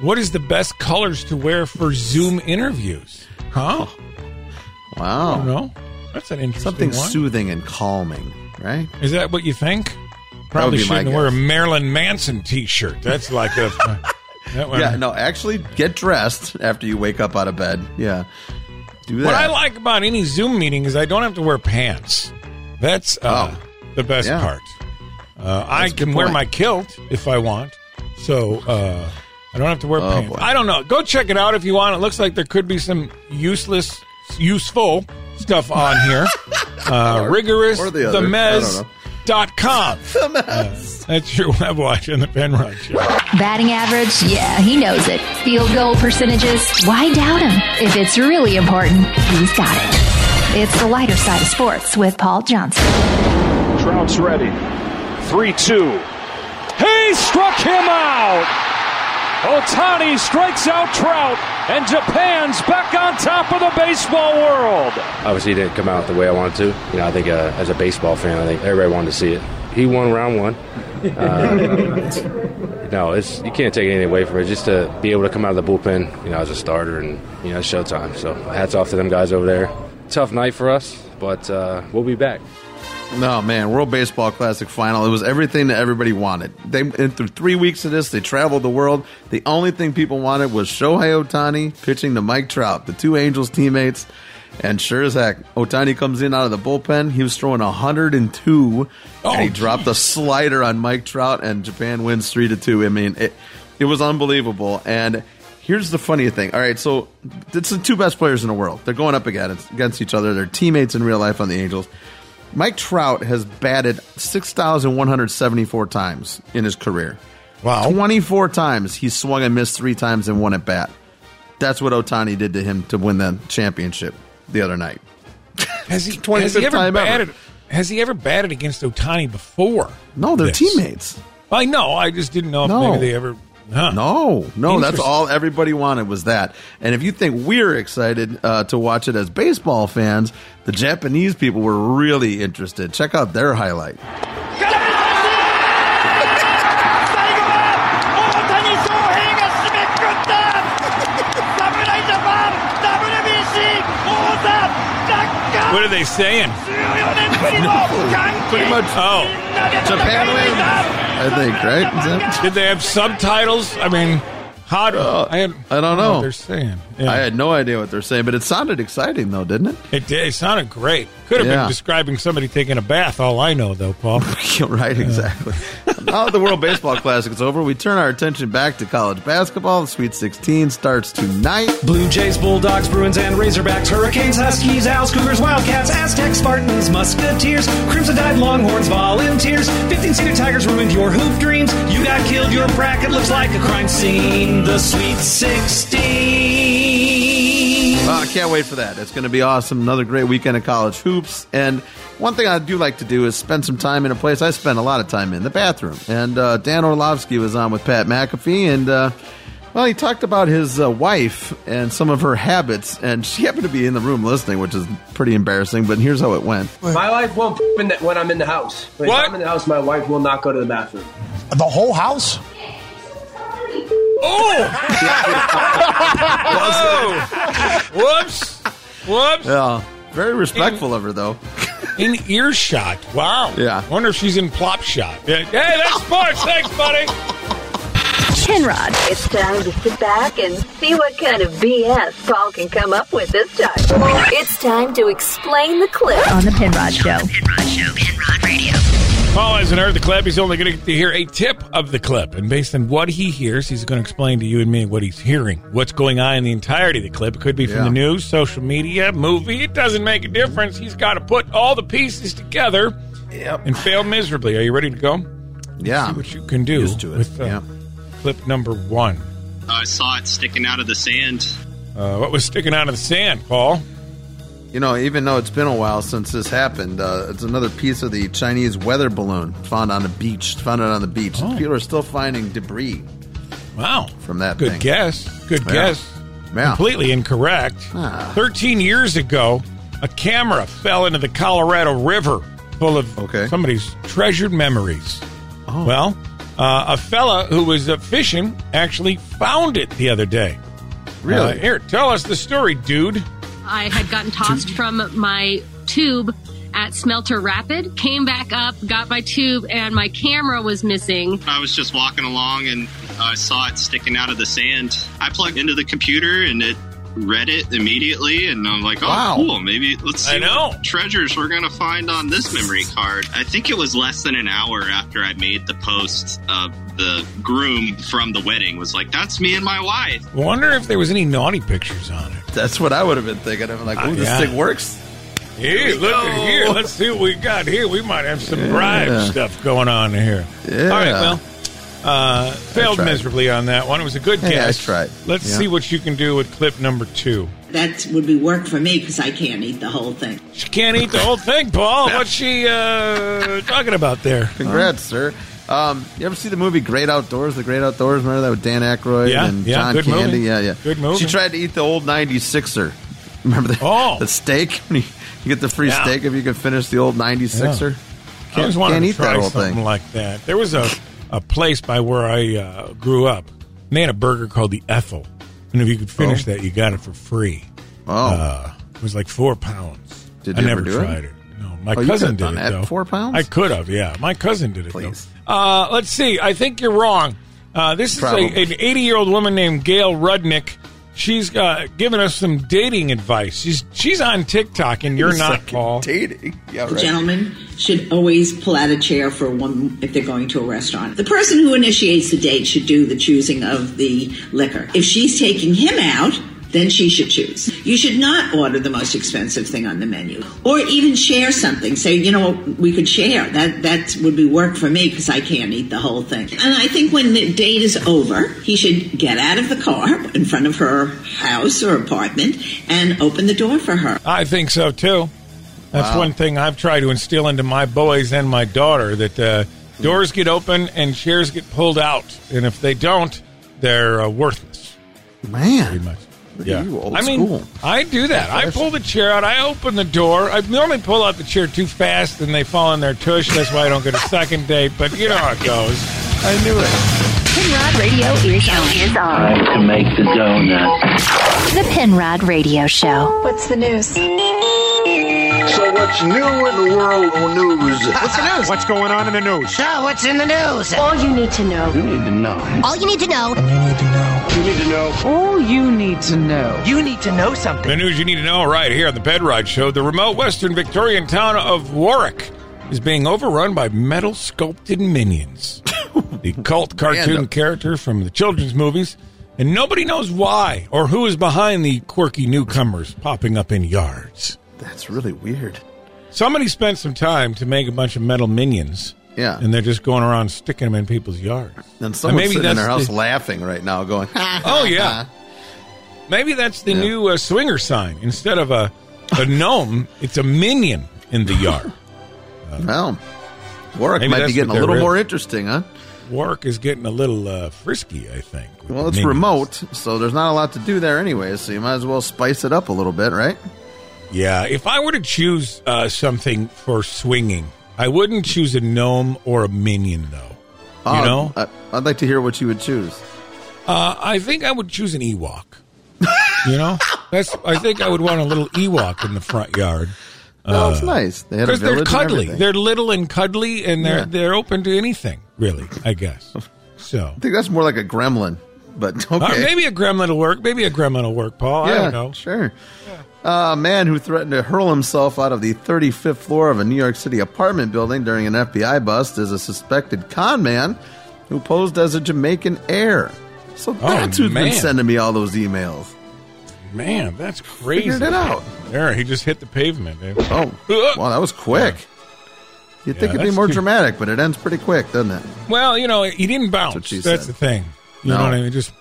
Speaker 14: What is the best colors to wear for Zoom interviews? Huh? I
Speaker 15: Wow.
Speaker 14: don't know. That's an interesting
Speaker 15: Something
Speaker 14: one.
Speaker 15: soothing and calming, right?
Speaker 14: Is that what you think? Probably
Speaker 15: be my
Speaker 14: shouldn't wear a Marilyn Manson T-shirt. That's like a that one.
Speaker 15: Yeah, no, actually get dressed after you wake up out of bed. Yeah. Do that.
Speaker 14: What I like about any Zoom meeting is I don't have to wear pants. That's uh, the best
Speaker 15: Oh. Yeah.
Speaker 14: part. Uh, I
Speaker 15: That's a good
Speaker 14: can wear
Speaker 15: point.
Speaker 14: my kilt if I want, so uh, I don't have to wear
Speaker 15: Oh,
Speaker 14: pants.
Speaker 15: boy.
Speaker 14: I don't know. Go check it out if you want. It looks like there could be some useless, useful stuff on here. Uh,
Speaker 15: Or-
Speaker 14: rigorous
Speaker 15: or the other. I
Speaker 14: the
Speaker 15: don't
Speaker 14: mez
Speaker 15: know.
Speaker 14: dot com. Uh, that's your web watch on the Penrod Show.
Speaker 17: Batting average? Yeah, he knows it. Field goal percentages? Why doubt him? If it's really important, he's got it. It's the lighter side of sports with Paul Johnson.
Speaker 23: Trout's ready. 3 2. He struck him out! Otani strikes out Trout, and Japan's back on top of the baseball world.
Speaker 24: Obviously, it didn't come out the way I wanted to. You know, I think uh, as a baseball fan, I think everybody wanted to see it. He won round one. Uh, no, it's you can't take anything away from it. Just to be able to come out of the bullpen, you know, as a starter, and you know, it's showtime. So hats off to them guys over there. Tough night for us, but uh, we'll be back.
Speaker 15: No, man, World Baseball Classic final. It was everything that everybody wanted. They and through three weeks of this, they traveled the world. The only thing people wanted was Shohei Otani pitching to Mike Trout, the two Angels teammates. And sure as heck, Otani comes in out of the bullpen. He was throwing 102, and he dropped a slider on Mike Trout, and Japan wins three to two. I mean, it, It was unbelievable. And here's the funny thing. All right, so it's the two best players in the world. They're going up against against each other. They're teammates in real life on the Angels. Mike Trout has batted 6,174 times in his career.
Speaker 14: Oh.
Speaker 15: Wow. 24 times he swung and missed three times and won at bat. That's what Otani did to him to win the championship the other night.
Speaker 14: Has he,
Speaker 15: 25th
Speaker 14: has he ever
Speaker 15: time ever.
Speaker 14: batted? Has he ever batted against Otani before?
Speaker 15: No, they're teammates.
Speaker 14: I know. I just didn't know if
Speaker 15: No.
Speaker 14: maybe they ever.
Speaker 15: No, no, that's
Speaker 14: Interesting.
Speaker 15: all everybody wanted was that. And if you think we're excited uh, to watch it as baseball fans, the Japanese people were really interested. Check out their highlight.
Speaker 14: What are they saying?
Speaker 15: Pretty much.
Speaker 14: Oh,
Speaker 15: Japan I think, right? Is that-
Speaker 14: Did they have subtitles? I mean, how? do- I, had-
Speaker 15: Uh, I don't know.
Speaker 14: what they're saying.
Speaker 15: I had no idea what they're saying, but it sounded exciting, though, didn't it?
Speaker 14: It did. It sounded great. Could have
Speaker 15: Yeah.
Speaker 14: been describing somebody taking a bath. All I know, though, Paul.
Speaker 15: right, exactly. now that the World Baseball Classic is over, we turn our attention back to college basketball. The Sweet 16 starts tonight.
Speaker 20: Blue Jays, Bulldogs, Bruins, and Razorbacks, Hurricanes, Huskies, Owls, Cougars, Wildcats, Aztecs, Spartans, Musketeers, Crimson Tide, Longhorns, Volunteers, 15-seater Tigers ruined your hoop dreams. You got killed, your bracket looks like a crime scene. The Sweet
Speaker 15: Well,
Speaker 20: 16.
Speaker 15: Ah, I can't wait for that. It's going to be awesome. Another great weekend of college hoops. And one thing I do like to do is spend some time in a place I spend a lot of time in, the bathroom. And uh, Dan Orlovsky was on with Pat McAfee, and uh, well, he talked about his uh, wife and some of her habits. And she happened to be in the room listening, which is pretty embarrassing. But here's how it went.
Speaker 25: My wife won't f- in the, when I'm in the house. When
Speaker 15: What?
Speaker 25: I'm in the house, my wife will not go to the bathroom.
Speaker 15: The whole house.
Speaker 14: Oh! Whoops! Whoops!
Speaker 15: Yeah, very respectful of her though.
Speaker 14: In earshot. Wow.
Speaker 15: Yeah.
Speaker 14: Wonder if she's in plop shot. Yeah. Hey, that's sports. Thanks, buddy.
Speaker 17: Kinrod, it's time to sit back and see what kind of BS Paul can come up with this time. It's time to explain the clip on the Pinrod Show.
Speaker 14: Paul hasn't heard the clip. He's only going to get to hear a tip of the clip. And based on what he hears, he's going to explain to you and me what he's hearing, what's going on in the entirety of the clip. It could be from
Speaker 26: Yeah.
Speaker 14: the news, social media, movie. It doesn't make a difference. He's got to put all the pieces together and fail miserably. Are you ready to go?
Speaker 15: Yeah.
Speaker 14: See what you can do
Speaker 15: Used to it.
Speaker 14: with uh, clip number one.
Speaker 11: I saw it sticking out of the sand.
Speaker 14: Uh, what was sticking out of the sand, Paul?
Speaker 15: You know, even though it's been a while since this happened, uh, it's another piece of the Chinese weather balloon found on the beach. Found it on the beach.
Speaker 14: Oh.
Speaker 15: People are still finding debris.
Speaker 14: Wow,
Speaker 15: from that.
Speaker 14: Good
Speaker 15: thing.
Speaker 14: guess. Good
Speaker 15: Yeah.
Speaker 14: guess.
Speaker 15: Yeah.
Speaker 14: Completely incorrect. 13 years ago, a camera fell into the Colorado River full of somebody's treasured memories. Well, uh, a fella who was uh, fishing actually found it the other day.
Speaker 27: Really?
Speaker 14: Uh, here, tell us the story, dude.
Speaker 27: I had gotten tossed from my tube at Smelter Rapid, came back up, got my tube, and my camera was missing.
Speaker 11: I was just walking along and I saw it sticking out of the sand. I plugged into the computer and it read it immediately and I'm like, oh,
Speaker 28: Wow.
Speaker 11: cool. Maybe let's see
Speaker 28: I know.
Speaker 11: what treasures we're going to find on this memory card. I think it was less than an hour after I made the post. Uh, the groom from the wedding was like, that's me and my wife.
Speaker 14: Wonder if there was any naughty pictures on it.
Speaker 15: That's what I would have been thinking. I'm like,
Speaker 14: Ah,
Speaker 15: oh, this
Speaker 14: yeah.
Speaker 15: thing works.
Speaker 14: Here, look at here. Let's see what we got here. We might have some bribe stuff going on here.
Speaker 15: Yeah.
Speaker 14: All right, well, uh, failed
Speaker 15: tried.
Speaker 14: miserably on that one. It was a good
Speaker 15: Hey, I
Speaker 14: guess.
Speaker 15: tried.
Speaker 14: Let's
Speaker 15: Yeah.
Speaker 14: see what you can do with clip number two.
Speaker 29: That would be work for me because I can't eat the whole thing.
Speaker 14: She can't eat the whole thing, Paul. What's she uh, talking about there?
Speaker 15: Congrats, sir. Um, you ever see the movie Great Outdoors? The Great Outdoors. Remember that with Dan Aykroyd
Speaker 14: Yeah,
Speaker 15: and
Speaker 14: yeah,
Speaker 15: John
Speaker 14: good
Speaker 15: Candy?
Speaker 14: movie.
Speaker 15: Yeah, yeah.
Speaker 14: Good movie.
Speaker 15: She tried to eat the old 96er. Remember the, oh. the steak? you get the free
Speaker 14: Yeah.
Speaker 15: steak if you can finish the old 96er.
Speaker 14: I
Speaker 15: Can't,
Speaker 14: always wanted
Speaker 15: can't
Speaker 14: to
Speaker 15: eat
Speaker 14: try
Speaker 15: that whole
Speaker 14: something
Speaker 15: thing.
Speaker 14: like that. There was a, a place by where I uh, grew up. And they had a burger called the Ethel, and if you could finish
Speaker 15: Oh.
Speaker 14: that, you got it for free.
Speaker 15: Oh,
Speaker 14: uh, it was like four pounds.
Speaker 15: Did
Speaker 14: I
Speaker 15: you
Speaker 14: never
Speaker 15: ever do it?
Speaker 14: tried it. No, my
Speaker 15: Oh, you could've
Speaker 14: cousin did
Speaker 15: done
Speaker 14: it
Speaker 15: that.
Speaker 14: though.
Speaker 15: Four pounds?
Speaker 14: I could have. Yeah, my cousin did it. Please. Uh, let's see. I think you're wrong. Uh, this is a,
Speaker 15: Probably.
Speaker 14: an 80 year old woman named Gail Rudnick. She's uh, giving us some dating advice. She's she's on TikTok, and you're
Speaker 20: It's
Speaker 14: not
Speaker 20: like
Speaker 14: Paul.
Speaker 15: Dating, yeah,
Speaker 20: The gentleman should always pull out a chair for a woman if they're going to a restaurant. The person who initiates the date should do the choosing of the liquor. If she's taking him out, then she should choose. You should not order the most expensive thing on the menu, or even share something. Say, you know, we could share. That that would be work for me because I can't eat the whole thing. And I think when the date is over, he should get out of the car in front of her house or apartment and open the door for her.
Speaker 14: I think so too. That's
Speaker 20: Wow.
Speaker 14: one thing I've tried to instill into my boys and my daughter that uh, doors get open and chairs get pulled out, and if they don't, they're uh, worthless.
Speaker 15: Man,
Speaker 14: pretty much.
Speaker 15: Look at
Speaker 14: Yeah,
Speaker 15: you, old
Speaker 14: I mean,
Speaker 15: school.
Speaker 14: I do that. I pull the chair out. I open the door. I normally pull out the chair too fast, and they fall in their tush. That's why I don't get a second date. But you know how it goes. I knew it.
Speaker 17: Penrod Radio is on. Is on.
Speaker 2: Time to make the donut.
Speaker 17: The Penrod Radio Show.
Speaker 1: What's the news?
Speaker 6: So what's new in the world of news?
Speaker 1: What's the news?
Speaker 6: What's going on in the news?
Speaker 1: So, what's in the news? All you need to know.
Speaker 6: You need to know.
Speaker 1: All you need to know.
Speaker 6: You need to know.
Speaker 1: All you need to know. You need to know something.
Speaker 14: The news you need to know right here on the Bedrod Show. The remote western Victorian town of Warwick is being overrun by metal sculpted minions. the cult cartoon
Speaker 15: Random.
Speaker 14: character from the children's movies. And nobody knows why or who is behind the quirky newcomers popping up in yards.
Speaker 15: That's really weird.
Speaker 14: Somebody spent some time to make a bunch of metal minions.
Speaker 15: Yeah. Uh-huh.
Speaker 14: And they're just going around sticking them in people's yards.
Speaker 15: And someone's
Speaker 14: maybe
Speaker 15: sitting in their
Speaker 14: that's
Speaker 15: house
Speaker 14: the-
Speaker 15: laughing right now, going,
Speaker 14: Oh yeah. Maybe that's the
Speaker 15: Yeah.
Speaker 14: new uh, swinger sign. Instead of a a gnome, it's a minion in the yard.
Speaker 15: Well, Warwick might be getting a little more interesting, huh?
Speaker 14: Warwick is getting a little uh, frisky, I think. with
Speaker 15: Well,
Speaker 14: the
Speaker 15: it's
Speaker 14: minions.
Speaker 15: remote, so there's not a lot to do there anyway, so you might as well spice it up a little bit, right?
Speaker 14: Yeah, if I were to choose uh, something for swinging, I wouldn't choose a gnome or a minion, though.
Speaker 15: Oh,
Speaker 14: you know,
Speaker 15: I, I'd like to hear what you would choose.
Speaker 14: uh, I think I would choose an Ewok. you know, that's. I think I would want a little Ewok in the front yard.
Speaker 15: No, it's nice. They had a
Speaker 14: Because they're
Speaker 15: village and
Speaker 14: cuddly.
Speaker 15: everything.
Speaker 14: They're little and cuddly, and they're
Speaker 15: Yeah.
Speaker 14: they're open to anything, really. I guess. So
Speaker 15: I think that's more like a gremlin, but okay.
Speaker 14: Uh, maybe a gremlin will work. Maybe a gremlin will work, Paul. I
Speaker 15: Yeah,
Speaker 14: don't know.
Speaker 15: Sure. A man who threatened to hurl himself out of the 35th floor of a New York City apartment building during an FBI bust is a suspected con man who posed as a Jamaican heir. So that's who's
Speaker 14: Oh, man.
Speaker 15: been sending me all those emails.
Speaker 14: Man, that's crazy.
Speaker 15: Figured it out.
Speaker 14: There, he just hit the pavement. dude.
Speaker 15: Oh, wow, that was quick. You'd
Speaker 14: Yeah,
Speaker 15: think it'd be
Speaker 14: that's
Speaker 15: more
Speaker 14: too-
Speaker 15: dramatic, but it ends pretty quick, doesn't it?
Speaker 14: Well, you know, he didn't bounce. That's,
Speaker 15: she
Speaker 14: the
Speaker 15: said.
Speaker 14: thing. You
Speaker 15: No.
Speaker 14: know what I mean? Just,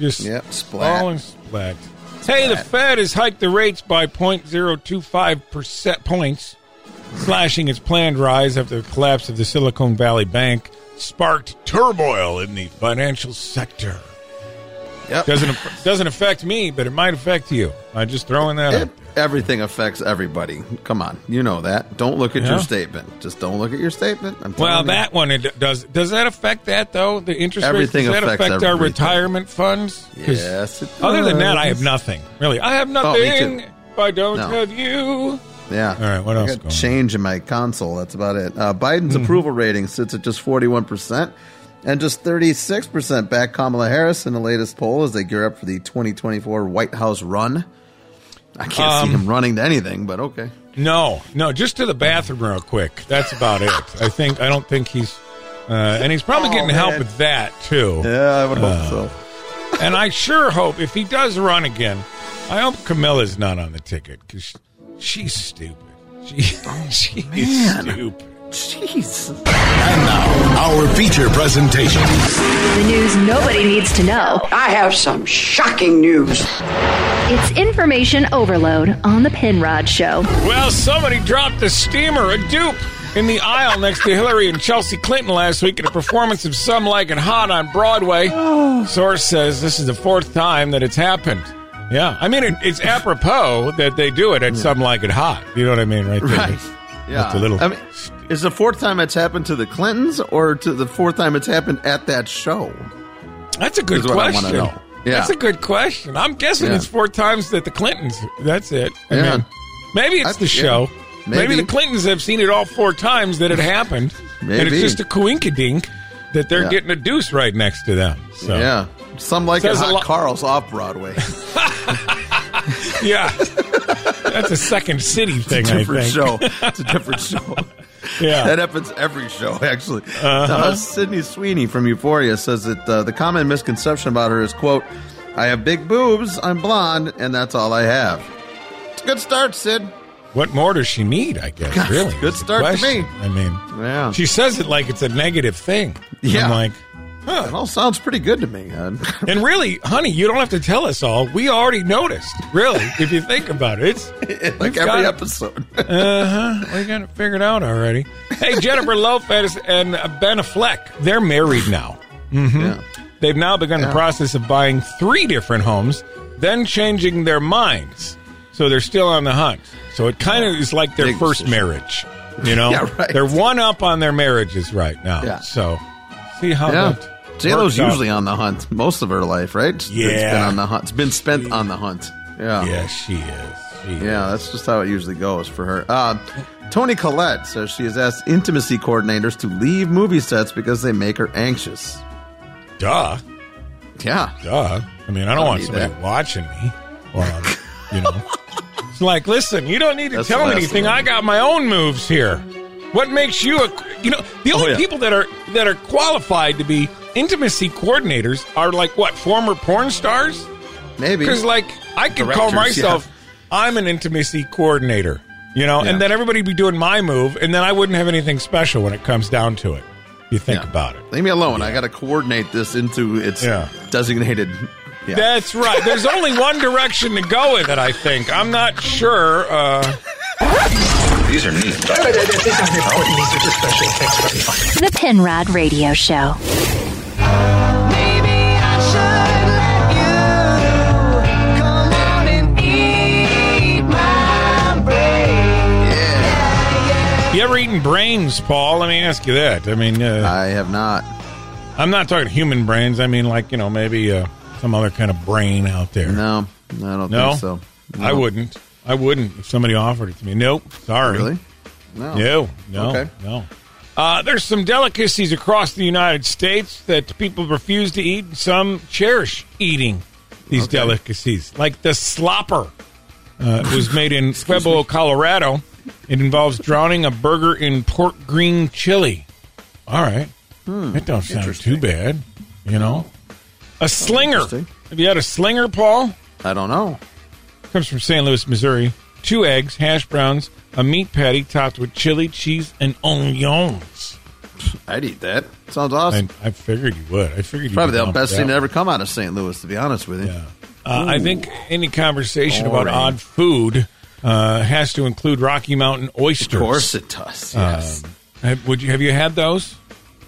Speaker 14: just
Speaker 15: Yep, splat.
Speaker 14: All in splat. Hey, the Fed has hiked the rates by 0.025 percent points, slashing its planned rise after the collapse of the Silicon Valley Bank sparked turmoil in the financial sector.
Speaker 15: Yep.
Speaker 14: Doesn't aff- doesn't affect me, but it might affect you. I'm just throwing that
Speaker 15: It-
Speaker 14: up.
Speaker 15: everything affects everybody. Come on, you know that. Don't look at
Speaker 14: Yeah.
Speaker 15: your statement. Just don't look at your statement. I'm
Speaker 14: Well,
Speaker 15: telling you.
Speaker 14: that one it does. Does that affect that though? The interest
Speaker 15: Everything
Speaker 14: rates, does that
Speaker 15: affects
Speaker 14: affect our
Speaker 15: everything.
Speaker 14: retirement funds? 'Cause
Speaker 15: Yes, it
Speaker 14: Other than that, I
Speaker 15: does.
Speaker 14: have nothing. Really, I have
Speaker 15: Uh, Oh, me
Speaker 14: nothing.
Speaker 15: too.
Speaker 14: if I don't
Speaker 15: No.
Speaker 14: have you.
Speaker 15: Yeah. All
Speaker 14: right. What
Speaker 15: I
Speaker 14: else
Speaker 15: got
Speaker 14: going Hmm.
Speaker 15: change in my console. That's about it. Uh, Biden's approval rating sits at just forty-one percent, and just thirty-six percent back Kamala Harris in the latest poll as they gear up for the twenty twenty-four White House run. I can't see
Speaker 14: Um,
Speaker 15: him running to anything, but okay.
Speaker 14: No, no, just to the bathroom real quick. That's about it. I think I don't think he's, uh, and he's probably
Speaker 15: Oh,
Speaker 14: getting help
Speaker 15: man.
Speaker 14: with that too.
Speaker 15: Yeah, I would hope
Speaker 14: Uh,
Speaker 15: so.
Speaker 14: and I sure hope if he does run again, I hope Camilla's not on the ticket because she's stupid. She, she's stupid.
Speaker 15: Oh, Jeez.
Speaker 2: And now, our feature presentation.
Speaker 10: The news nobody needs to know. I have some shocking news.
Speaker 17: It's information overload on the Penrod Show.
Speaker 14: Well, somebody dropped a steamer, a dupe, in the aisle next to Hillary and Chelsea Clinton last week at a performance of Some Like It Hot on Broadway. Source says this is the fourth time that it's happened. Yeah, I mean, it, it's apropos that they do it at Some Like It Hot. You know what I mean, right there.
Speaker 15: Right. Yeah.
Speaker 14: That's a little.
Speaker 15: I mean, is the fourth time it's happened to the Clintons, or to the fourth time it's happened at that show?
Speaker 14: that's a good
Speaker 15: is what I wanna
Speaker 14: question.
Speaker 15: know. Yeah.
Speaker 14: That's a good question. I'm guessing
Speaker 15: Yeah.
Speaker 14: it's four times that the Clintons. That's it. I
Speaker 15: Yeah.
Speaker 14: mean, maybe it's
Speaker 15: I-
Speaker 14: the
Speaker 15: yeah.
Speaker 14: show. Maybe.
Speaker 15: Maybe.
Speaker 14: the Clintons have seen it all four times that it happened, and
Speaker 15: Maybe.
Speaker 14: it's just a coinkydink that they're
Speaker 15: Yeah.
Speaker 14: getting a deuce right next to them. So
Speaker 15: Yeah. Some like it
Speaker 14: Says a
Speaker 15: hot
Speaker 14: lot-
Speaker 15: Carl's off Broadway.
Speaker 14: yeah, that's a second city thing.
Speaker 15: It's a different
Speaker 14: I think.
Speaker 15: show. It's a different show.
Speaker 14: Yeah.
Speaker 15: that happens every show, actually. uh Sydney Sweeney from Euphoria says that uh, the common misconception about her is, "quote I have big boobs, I'm blonde, and that's all I have." It's a good start, Sid.
Speaker 14: What more does she need? I guess
Speaker 15: God,
Speaker 14: really.
Speaker 15: good
Speaker 14: is the
Speaker 15: start to
Speaker 14: question.
Speaker 15: me.
Speaker 14: I mean,
Speaker 15: yeah.
Speaker 14: She says it like it's a negative thing.
Speaker 15: Yeah.
Speaker 14: I'm like,
Speaker 15: It all sounds pretty good to me. man.
Speaker 14: and really, honey, you don't have to tell us all. We already noticed. Really, if you think about it, it's
Speaker 15: like every episode.
Speaker 14: uh huh. We got it figured out already. Hey, Jennifer Lopez and Ben Affleck, they're married now. Mm-hmm. They've now begun the process of buying three different homes, then changing their minds. So they're still on the hunt. So it kind of is like their first marriage. You know,
Speaker 15: Yeah, right.
Speaker 14: they're one up on their marriages right now.
Speaker 15: Yeah.
Speaker 14: So see how
Speaker 15: yeah.
Speaker 14: Oh, that.
Speaker 15: JLo's
Speaker 14: works out.
Speaker 15: usually on the hunt most of her life, right? It's- It's been
Speaker 14: Yeah.
Speaker 15: on the hunt. It's been spent on the hunt. Yeah.
Speaker 14: Yes, she is.
Speaker 15: yeah, that's just how it usually goes for her. Uh, Tony Collette says she has asked intimacy coordinators to leave movie sets because they make her anxious.
Speaker 14: Duh.
Speaker 15: Yeah.
Speaker 14: Duh. I mean, I don't,
Speaker 15: Don't
Speaker 14: want
Speaker 15: need
Speaker 14: somebody
Speaker 15: that.
Speaker 14: watching me. Or, um, you know, it's like, listen, you don't need to
Speaker 15: That's the
Speaker 14: tell me
Speaker 15: last
Speaker 14: anything.
Speaker 15: one.
Speaker 14: I got my own moves here. What makes you a, you know, the only
Speaker 15: Oh, yeah.
Speaker 14: people that are that are qualified to be intimacy coordinators are like what former porn stars?
Speaker 15: Maybe
Speaker 14: because like I could call
Speaker 15: Directors, yeah.
Speaker 14: myself I'm an intimacy coordinator, you know,
Speaker 15: Yeah.
Speaker 14: and then everybody would be doing my move, and then I wouldn't have anything special when it comes down to it. You think about it.
Speaker 15: Leave me alone. I got to coordinate this into its designated. Yeah.
Speaker 14: That's right. There's only one direction to go with it, I think. I'm not sure. Uh... These are neat.
Speaker 17: The Penrod Radio Show.
Speaker 14: You ever eaten brains, Paul? Let me ask you that. I mean, uh,
Speaker 15: I have not. Uh,
Speaker 14: I'm not talking human brains. I mean, like you know, maybe uh, some other kind of brain out there.
Speaker 15: No, I don't
Speaker 14: no,
Speaker 15: think so. No.
Speaker 14: I wouldn't. I wouldn't if somebody offered it to me. Nope. Sorry.
Speaker 15: Really? No.
Speaker 14: No. No.
Speaker 15: Okay.
Speaker 14: No. Uh, there's some delicacies across the United States that people refuse to eat. and Some cherish eating these delicacies, like the slopper. Uh, it was made in Pueblo, Colorado. It involves drowning a burger in pork green chili. All right, that don't sound too bad, you know. A slinger. Have you had a slinger, Paul?
Speaker 15: I don't know.
Speaker 14: Comes from St. Louis, Missouri. Two eggs, hash browns, a meat patty topped with chili, cheese, and onions.
Speaker 15: I'd eat that. Sounds awesome.
Speaker 14: I, I figured you would. I figured you
Speaker 15: Probably the
Speaker 14: would
Speaker 15: best
Speaker 14: that
Speaker 15: thing to
Speaker 14: one.
Speaker 15: ever come out of St. Louis, to be honest with you.
Speaker 14: Uh, I
Speaker 15: Ooh.
Speaker 14: think any conversation about
Speaker 15: Boring.
Speaker 14: odd food uh, has to include Rocky Mountain oysters.
Speaker 15: Of course it does.
Speaker 14: Um,
Speaker 15: Yes.
Speaker 14: have- would you have you had those?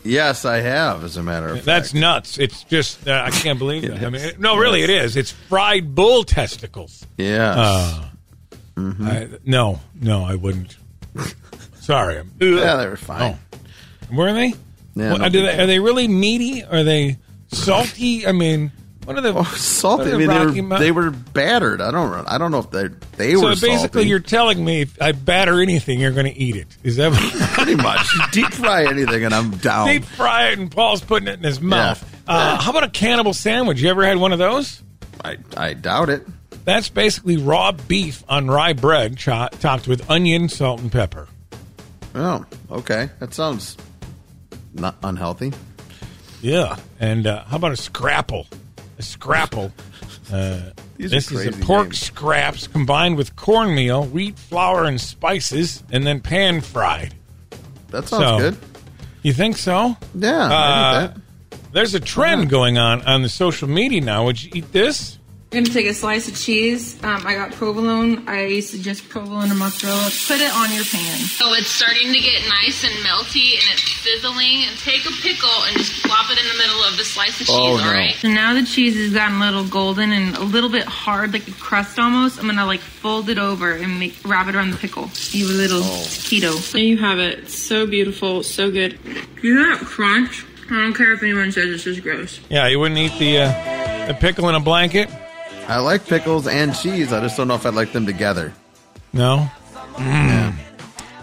Speaker 15: yes, I have, as a matter of
Speaker 14: That's
Speaker 15: fact.
Speaker 14: nuts. It's just uh, I can't believe that. I mean,
Speaker 15: is.
Speaker 14: it- no, really, it is. It's fried bull testicles.
Speaker 15: Yes.
Speaker 14: Uh,
Speaker 15: Mhm.
Speaker 14: I, no, no, I wouldn't. Sorry. I'm-
Speaker 15: Yeah, they were fine.
Speaker 14: Oh. Were they?
Speaker 15: Yeah,
Speaker 14: What-
Speaker 15: no
Speaker 14: are, they,
Speaker 15: big deal.
Speaker 14: are they really meaty? Are they salty? I mean, what are the
Speaker 15: salty. Oh, I
Speaker 14: what are
Speaker 15: mean,
Speaker 14: the
Speaker 15: they
Speaker 14: Rocky
Speaker 15: were,
Speaker 14: Mount-
Speaker 15: they were battered. I don't. I don't know if they they
Speaker 14: so
Speaker 15: were.
Speaker 14: basically,
Speaker 15: salty.
Speaker 14: you're telling me if I batter anything, you're going to eat it. Is that what
Speaker 15: pretty much deep fry anything, and I'm down.
Speaker 14: deep fry it and Paul's putting it in his mouth?
Speaker 15: Yeah.
Speaker 14: Uh, how about a cannibal sandwich? You ever had one of those?
Speaker 15: I I doubt it.
Speaker 14: That's basically raw beef on rye bread cho- topped with onion, salt, and pepper.
Speaker 15: Oh, okay. That sounds not unhealthy.
Speaker 14: Yeah. And uh, how about a scrapple? A scrapple. Uh,
Speaker 15: These
Speaker 14: this
Speaker 15: are
Speaker 14: is a
Speaker 15: crazy
Speaker 14: pork
Speaker 15: names.
Speaker 14: scraps combined with cornmeal, wheat flour, and spices, and then pan fried.
Speaker 15: That sounds
Speaker 14: So,
Speaker 15: good.
Speaker 14: You think so? Uh,
Speaker 15: Yeah, I Uh-huh. think
Speaker 14: There's a trend going on on the social media now. Would you eat this?
Speaker 3: I'm gonna take a slice of cheese. Um, I got provolone. I suggest provolone and mozzarella. Put it on your pan.
Speaker 8: So it's starting to get nice and melty and it's sizzling. And take a pickle and just plop it in the middle of the slice of cheese,
Speaker 3: Oh,
Speaker 8: all right?
Speaker 3: So now the cheese has gotten a little golden and a little bit hard, like a crust almost. I'm gonna like fold it over and make wrap it around the pickle. You little keto. There you have it. so beautiful, so good. You hear that crunch? I don't care if anyone says this is gross.
Speaker 14: Yeah, you wouldn't eat the uh, the pickle in a blanket.
Speaker 15: I like pickles and cheese. I just don't know if I'd like them together.
Speaker 14: No. Mm.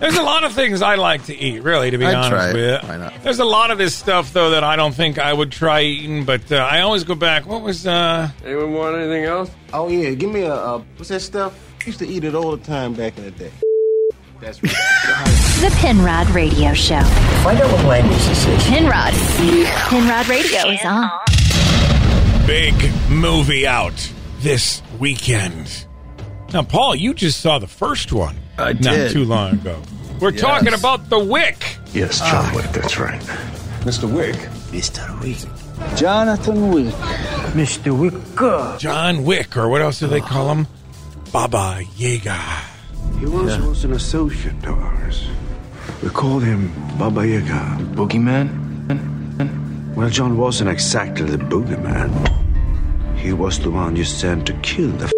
Speaker 14: There's a lot of things I like to eat, really, to be
Speaker 15: I'd
Speaker 14: honest
Speaker 15: try it.
Speaker 14: with you.
Speaker 15: Why not?
Speaker 14: There's a lot of this stuff, though, that I don't think I would try eating, but uh, I always go back. What was. uh
Speaker 9: Anyone want anything else? Oh yeah, give me a, a what's that stuff? I used to eat it all the time back in the day. That's right.
Speaker 17: The Penrod Radio Show.
Speaker 9: Find out what language this is.
Speaker 17: Penrod. Penrod Radio is on.
Speaker 14: Big movie out this weekend. Now, Paul, you just saw the first one.
Speaker 2: I
Speaker 14: Not
Speaker 2: did.
Speaker 14: too long ago. We're
Speaker 2: Yes.
Speaker 14: talking about The Wick.
Speaker 2: Yes, John Wick, that's right. Mr. Wick? Mr. Wick.
Speaker 14: Jonathan Wick. Mr. Wick. John Wick, or what else do they call him? Baba Yaga.
Speaker 22: He was, was an associate of ours. We called him Baba Yaga. The boogeyman? Well, John wasn't exactly the boogeyman. He was the one you sent to kill the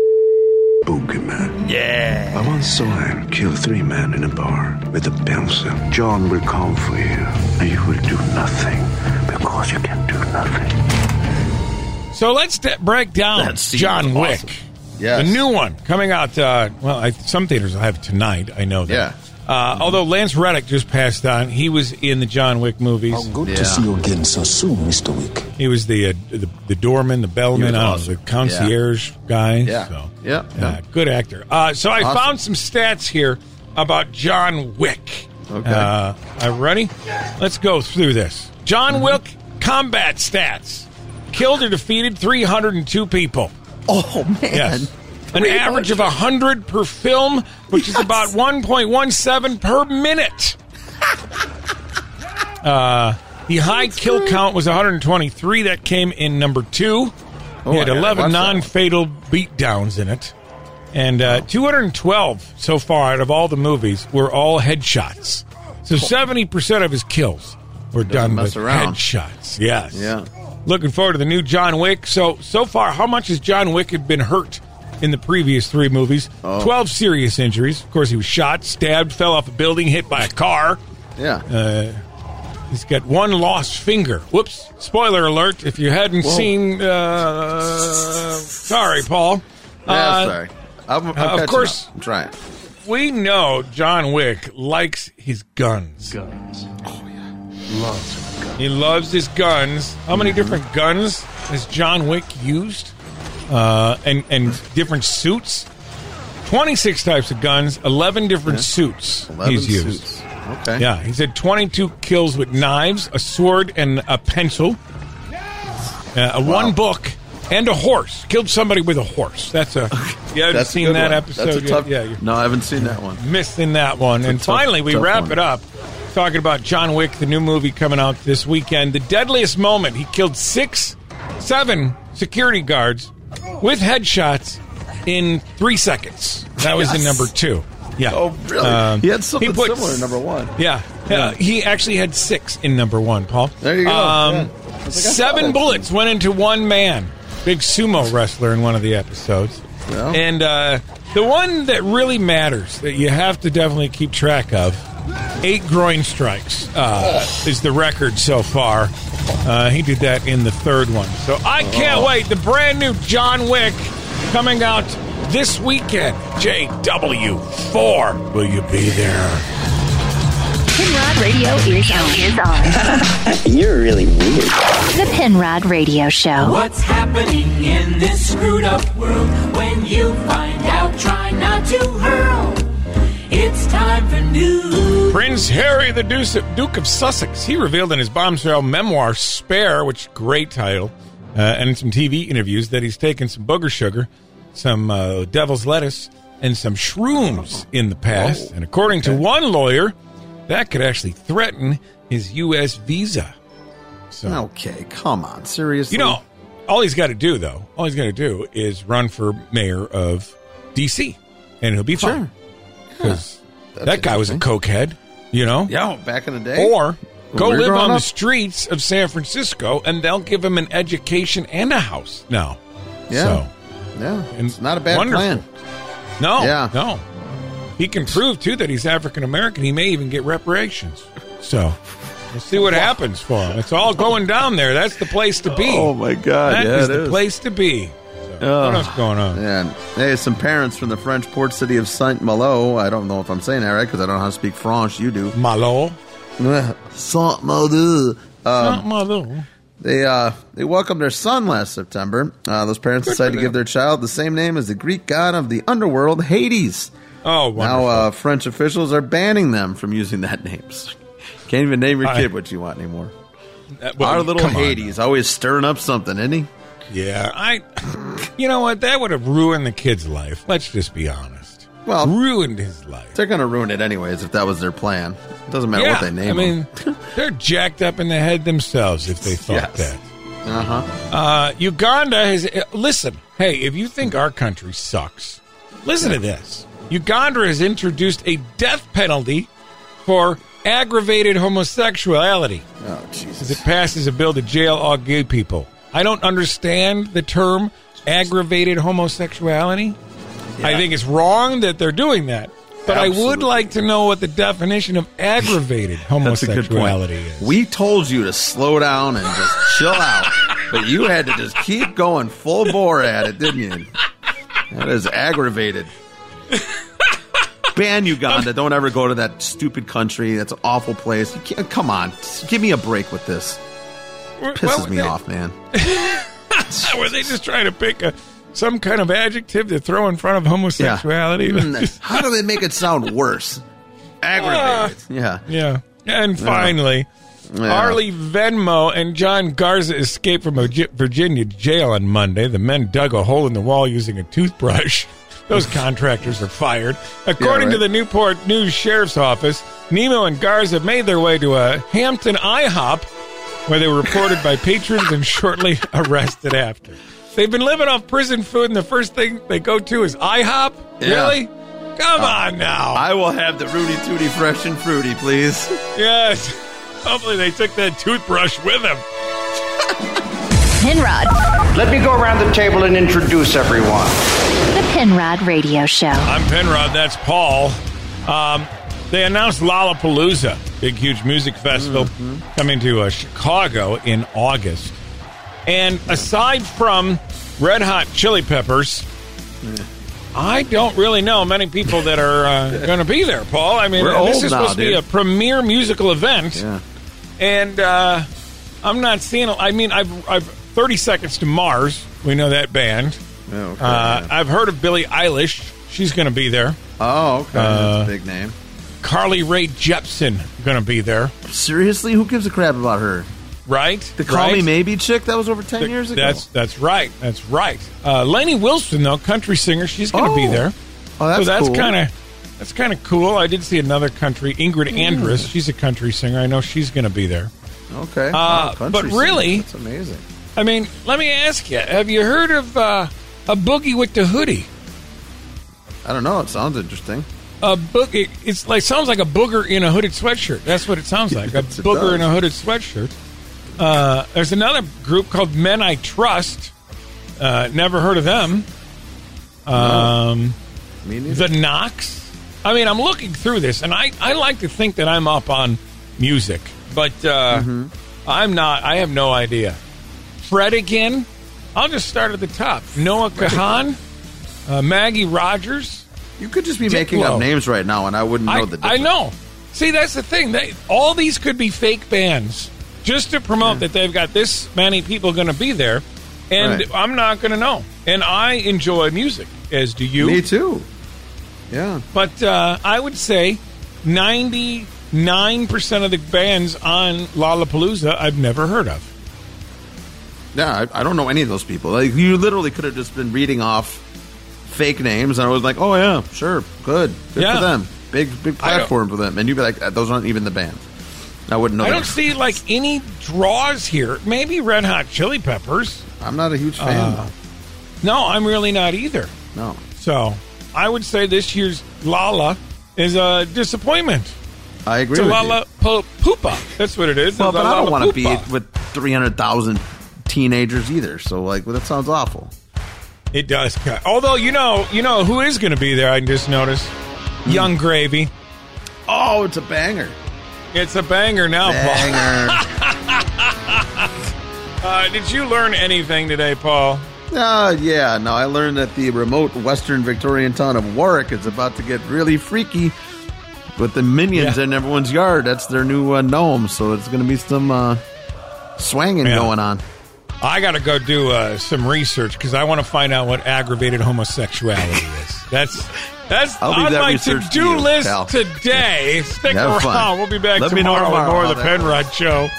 Speaker 22: boogeyman. Yeah. I once saw him kill three men in a bar with a pencil. John will come for you, and you will do nothing because you can do nothing.
Speaker 14: So let's de- break down John Wick. The new one coming out, uh, well, I, some theaters will have it tonight. I know that. Yeah. Uh, Although Lance Reddick just passed on. He was in the John Wick movies.
Speaker 2: Oh, good to see you again so soon, Mr. Wick.
Speaker 14: He was the, uh, the, the doorman, the
Speaker 2: He
Speaker 14: bellman,
Speaker 2: was
Speaker 14: I don't know,
Speaker 2: awesome.
Speaker 14: the concierge guy.
Speaker 2: Yeah.
Speaker 14: So,
Speaker 15: Yeah.
Speaker 14: uh, good actor. Uh, so I
Speaker 2: Awesome.
Speaker 14: found some stats here about John Wick.
Speaker 15: Okay.
Speaker 14: Uh, are you ready? Let's go through this.
Speaker 2: Mm-hmm.
Speaker 14: John Wick combat stats. Killed or defeated 302 people.
Speaker 2: Oh, man.
Speaker 14: Yes. An average of 100 per film, which is about 1.17 per minute. Uh, the high kill count was 123. That came in number two.
Speaker 15: Oh,
Speaker 14: he had
Speaker 15: I gotta
Speaker 14: 11
Speaker 15: watch that
Speaker 14: non fatal beatdowns in it. And uh, 212 so far out of all the movies were all headshots. So 70% of his kills were done
Speaker 15: mess
Speaker 14: with
Speaker 15: around.
Speaker 14: headshots. Yes.
Speaker 15: Yeah.
Speaker 14: Looking forward to the new John Wick. So so far, how much has John Wick had been hurt in the previous three movies?
Speaker 15: Oh.
Speaker 14: Twelve serious injuries. Of course, he was shot, stabbed, fell off a building, hit by a car.
Speaker 15: Yeah.
Speaker 14: Uh, he's got one lost finger. Whoops! Spoiler alert! If you hadn't
Speaker 15: Whoa.
Speaker 14: seen, uh, sorry, Paul.
Speaker 15: Yeah,
Speaker 14: Uh,
Speaker 15: sorry. I'm, I'm
Speaker 14: uh,
Speaker 15: catching
Speaker 14: of course,
Speaker 15: up. I'm trying.
Speaker 14: we know John Wick likes his guns.
Speaker 22: Guns.
Speaker 14: Loves guns. He loves his guns. How
Speaker 15: Mm-hmm.
Speaker 14: many different guns has John Wick used? Uh, and and different suits. Twenty six types of guns. Eleven different
Speaker 15: Yeah.
Speaker 14: suits
Speaker 15: 11
Speaker 14: he's used.
Speaker 15: suits. Okay.
Speaker 14: Yeah, he said twenty two kills with knives, a sword, and a pencil. Uh, a one book and a horse. Killed somebody with a horse. That's a. Yeah, I've
Speaker 15: That's a
Speaker 14: seen
Speaker 15: good
Speaker 14: that
Speaker 15: one.
Speaker 14: episode.
Speaker 15: That's a
Speaker 14: yet.
Speaker 15: tough,
Speaker 14: yeah,
Speaker 15: no, I haven't seen that one.
Speaker 14: missing that one.
Speaker 15: It's a
Speaker 14: And
Speaker 15: tough-
Speaker 14: finally, we
Speaker 15: tough
Speaker 14: wrap
Speaker 15: one.
Speaker 14: it up talking about John Wick, the new movie coming out this weekend. The deadliest moment. He killed six, seven security guards with headshots in three seconds. That was in
Speaker 15: Yes.
Speaker 14: number two. Yeah.
Speaker 15: Oh, really?
Speaker 14: Um,
Speaker 15: he had something
Speaker 14: put-
Speaker 15: similar in number one.
Speaker 14: Yeah. Yeah. He actually had six in number one, Paul. There
Speaker 15: you go. Yeah.
Speaker 14: Um,
Speaker 15: I was like, I saw
Speaker 14: seven
Speaker 15: that
Speaker 14: bullets went into one man. Big sumo wrestler in one of the episodes. And uh, the one that really matters that you have to definitely keep track of eight groin strikes uh, is the record so far. Uh, he did that in the third one. So I can't
Speaker 2: Oh.
Speaker 14: wait. The brand new John Wick coming out this weekend. JW4. Will you be there?
Speaker 17: Penrod Radio is on.
Speaker 2: You're really weird.
Speaker 17: The Penrod Radio Show.
Speaker 12: What's happening in this screwed up world? When you find out, try not to hurl. It's time for news.
Speaker 14: Prince Harry, the Deuce- Duke of Sussex, he revealed in his bombshell memoir, Spare, which great title, uh, and in some TV interviews, that he's taken some booger sugar, some uh, devil's lettuce, and some shrooms in the past. and according to one lawyer, that could actually threaten his U.S. visa. So,
Speaker 15: Okay, come on, seriously.
Speaker 14: you know, all he's got to do, though, all he's got to do is run for mayor of D.C., and he'll be fine. Because that guy was a cokehead, you know?
Speaker 15: yeah, back in the day,
Speaker 14: Or
Speaker 15: When
Speaker 14: go
Speaker 15: we were
Speaker 14: live
Speaker 15: growing
Speaker 14: on the
Speaker 15: up.
Speaker 14: streets of San Francisco and they'll give him an education and a house now.
Speaker 15: Yeah.
Speaker 14: So,
Speaker 15: yeah,
Speaker 14: and
Speaker 15: it's not a bad
Speaker 14: wonderful.
Speaker 15: plan.
Speaker 14: No.
Speaker 15: Yeah.
Speaker 14: No. He can prove, too, that he's African American. He may even get reparations. So we'll see what happens for him. It's all going down there. That's the place to be.
Speaker 15: Oh my God,
Speaker 14: That
Speaker 15: yeah,
Speaker 14: is
Speaker 15: it
Speaker 14: the
Speaker 15: is.
Speaker 14: place to be.
Speaker 15: And
Speaker 14: What else going on?
Speaker 15: And hey, some parents from the French port city of Saint Malo. I don't know if I'm saying that right because I don't know how to speak French. You do.
Speaker 14: Malo.
Speaker 15: Saint Malo. Um,
Speaker 14: Malo.
Speaker 15: They uh, they welcomed their son last September. Uh, those parents decided to give their child the same name as the Greek god of the underworld, Hades.
Speaker 14: Oh,
Speaker 15: now uh, French officials are banning them from using that name. Can't even name your
Speaker 14: I-
Speaker 15: kid what you want anymore.
Speaker 14: Uh, well,
Speaker 15: Our little
Speaker 14: come on.
Speaker 15: Hades always stirring up something, isn't he?
Speaker 14: Yeah, I. You know what? That would have ruined the kid's life. Let's just be honest.
Speaker 15: Well,
Speaker 14: ruined his life.
Speaker 15: They're going to ruin it anyways if that was their plan. It doesn't matter what
Speaker 14: Yeah,
Speaker 15: they name.
Speaker 14: I
Speaker 15: him.
Speaker 14: mean, they're jacked up in the head themselves if they thought that.
Speaker 15: Uh huh.
Speaker 14: Uh, Uganda has. uh, Listen, hey, if you think our country sucks, listen to this. Uganda has introduced a death penalty for aggravated homosexuality.
Speaker 15: Oh, Jesus.
Speaker 14: As it passes a bill to jail all gay people. I don't understand the term aggravated homosexuality. I think it's wrong that they're doing that. But I would
Speaker 15: Absolutely.
Speaker 14: like to know what the definition of aggravated
Speaker 15: That's a good point.
Speaker 14: homosexuality is.
Speaker 15: We told you to slow down and just chill out, but you had to just keep going full bore at it, didn't you? That is aggravated. Ban Uganda. Don't ever go to that stupid country. That's an awful place. You can't, come on. Just Give me a break with this.
Speaker 14: Well,
Speaker 15: Pisses
Speaker 14: well,
Speaker 15: me
Speaker 14: they-
Speaker 15: off, man.
Speaker 14: Were they just trying to pick a, some kind of adjective to throw in front of homosexuality?
Speaker 15: Mm, How do they make it sound worse?
Speaker 14: Ah.
Speaker 15: Aggravated. yeah.
Speaker 14: Yeah. And
Speaker 15: Yeah.
Speaker 14: finally,
Speaker 15: Yeah.
Speaker 14: Harley Venmo and John Garza escaped from a Gi- Virginia jail on Monday. The men dug a hole in the wall using a toothbrush. Those contractors are fired. According to
Speaker 15: right.
Speaker 14: the Newport News Sheriff's Office, Nemo and Garza made their way to a Hampton IHOP where they were reported by patrons and shortly arrested after. They've been living off prison food, and the first thing they go to is IHOP?
Speaker 15: Yeah. Uh,
Speaker 14: Really? Come on now.
Speaker 15: I will have the Rudy Tooty fresh and fruity, please.
Speaker 14: Yes. Hopefully they took that toothbrush with them.
Speaker 17: Penrod,
Speaker 5: Let me go around the table and introduce everyone.
Speaker 17: the Penrod Radio Show.
Speaker 14: I'm Penrod. That's Paul. Um, they announced Lollapalooza, big, huge music festival
Speaker 15: Mm-hmm.
Speaker 14: coming to uh, Chicago in August. And aside from Red Hot Chili Peppers, I don't really know many people that are uh, going to be there, Paul. I mean,
Speaker 15: We're
Speaker 14: this
Speaker 15: old
Speaker 14: is
Speaker 15: now,
Speaker 14: supposed to be
Speaker 15: dude.
Speaker 14: a premier musical event. And uh, I'm not seeing. I mean, I've, I've 30 Seconds to Mars. We know that band. uh, I've heard of Billie Eilish. She's going to be there.
Speaker 15: Oh, okay.
Speaker 14: uh,
Speaker 15: That's a big name.
Speaker 14: Carly Rae Jepsen going to be there,
Speaker 15: Seriously, who gives a crap about her?
Speaker 14: right?
Speaker 15: The Call Me Maybe chick that was over ten
Speaker 14: The-
Speaker 15: years ago.
Speaker 14: That's that's right. That's right. Uh, Lainey Wilson, though, country singer, she's going to be
Speaker 15: Oh.
Speaker 14: there.
Speaker 15: Oh, that's
Speaker 14: so that's
Speaker 15: cool.
Speaker 14: kind of that's kind of cool. I did see another country, Ingrid
Speaker 15: Hmm.
Speaker 14: Andress. She's a country singer. I know she's going to be there.
Speaker 15: okay.
Speaker 14: Uh,
Speaker 15: country
Speaker 14: but
Speaker 15: singer.
Speaker 14: really-
Speaker 15: that's amazing.
Speaker 14: I mean, let me ask you: Have you heard of uh, a boogie with the hoodie?
Speaker 15: I don't know. It sounds interesting.
Speaker 14: A boogie. It's like sounds like a booger in a hooded sweatshirt. That's what it sounds like. A
Speaker 15: Yes, it
Speaker 14: booger
Speaker 15: does.
Speaker 14: in a hooded sweatshirt. Uh, there's another group called Men I Trust. Uh, never heard of them. Um, the Knox. I mean, I'm looking through this, and I, I like to think that I'm up on music, but uh,
Speaker 15: Mm-hmm.
Speaker 14: I'm not. I have no idea. Fred again. I'll just start at the top. Noah Kahan, uh, Maggie Rogers.
Speaker 15: You could just be Making up names right now, and I wouldn't know
Speaker 14: I,
Speaker 15: the.
Speaker 14: I
Speaker 15: Difference.
Speaker 14: know. See, that's the thing. They, all these could be fake bands just to promote that they've got this many people going to be there, and
Speaker 15: Right.
Speaker 14: I'm not going to know. And I enjoy music, as do you.
Speaker 15: Me too. Yeah.
Speaker 14: But uh, I would say 99% of the bands on Lollapalooza I've never heard of.
Speaker 15: Yeah, I, I don't know any of those people. Like you literally could have just been reading off fake names, and I was like, oh yeah, sure, good, good
Speaker 14: Yeah.
Speaker 15: for them, big big
Speaker 14: I don't-
Speaker 15: platform for them, and you'd be like, those aren't even the band. I wouldn't know.
Speaker 14: I
Speaker 15: that.
Speaker 14: don't see like any draws here. Maybe Red Hot Chili Peppers.
Speaker 15: I'm not a huge fan,
Speaker 14: Uh, no, I'm really not either.
Speaker 15: No.
Speaker 14: So I would say this year's Lala is a disappointment.
Speaker 15: I agree.
Speaker 14: It's a
Speaker 15: with you.
Speaker 14: Lala po- Poopa. That's what it is.
Speaker 15: Well,
Speaker 14: It's a
Speaker 15: but I don't
Speaker 14: Lala
Speaker 15: want to be
Speaker 14: Poopa.
Speaker 15: with 300,000 teenagers either. So, like, well, that sounds awful.
Speaker 14: It does. cut. Although you know, you know who is going to be there. I just noticed.
Speaker 15: Hmm.
Speaker 14: Young Gravy.
Speaker 15: Oh, it's a banger.
Speaker 14: It's a banger now,
Speaker 15: Banger.
Speaker 14: Paul. uh, did you learn anything today, Paul?
Speaker 15: Oh, yeah. Now, I learned that the remote western Victorian town of Warwick is about to get really freaky with the minions in everyone's yard. That's their new uh, gnome. So it's going to be some uh, swanging
Speaker 14: Yeah.
Speaker 15: going on.
Speaker 14: I got to go do uh, some research because I want to find out what aggravated homosexuality is. That's that's
Speaker 15: I'll leave
Speaker 14: on
Speaker 15: that
Speaker 14: my
Speaker 15: research
Speaker 14: to
Speaker 15: to you,
Speaker 14: do list
Speaker 15: pal.
Speaker 14: today. Stick
Speaker 15: Have
Speaker 14: around.
Speaker 15: fun.
Speaker 14: We'll be back
Speaker 15: Let me know
Speaker 14: tomorrow with
Speaker 15: tomorrow
Speaker 14: more
Speaker 15: how
Speaker 14: of the
Speaker 15: that
Speaker 14: Penrod Show.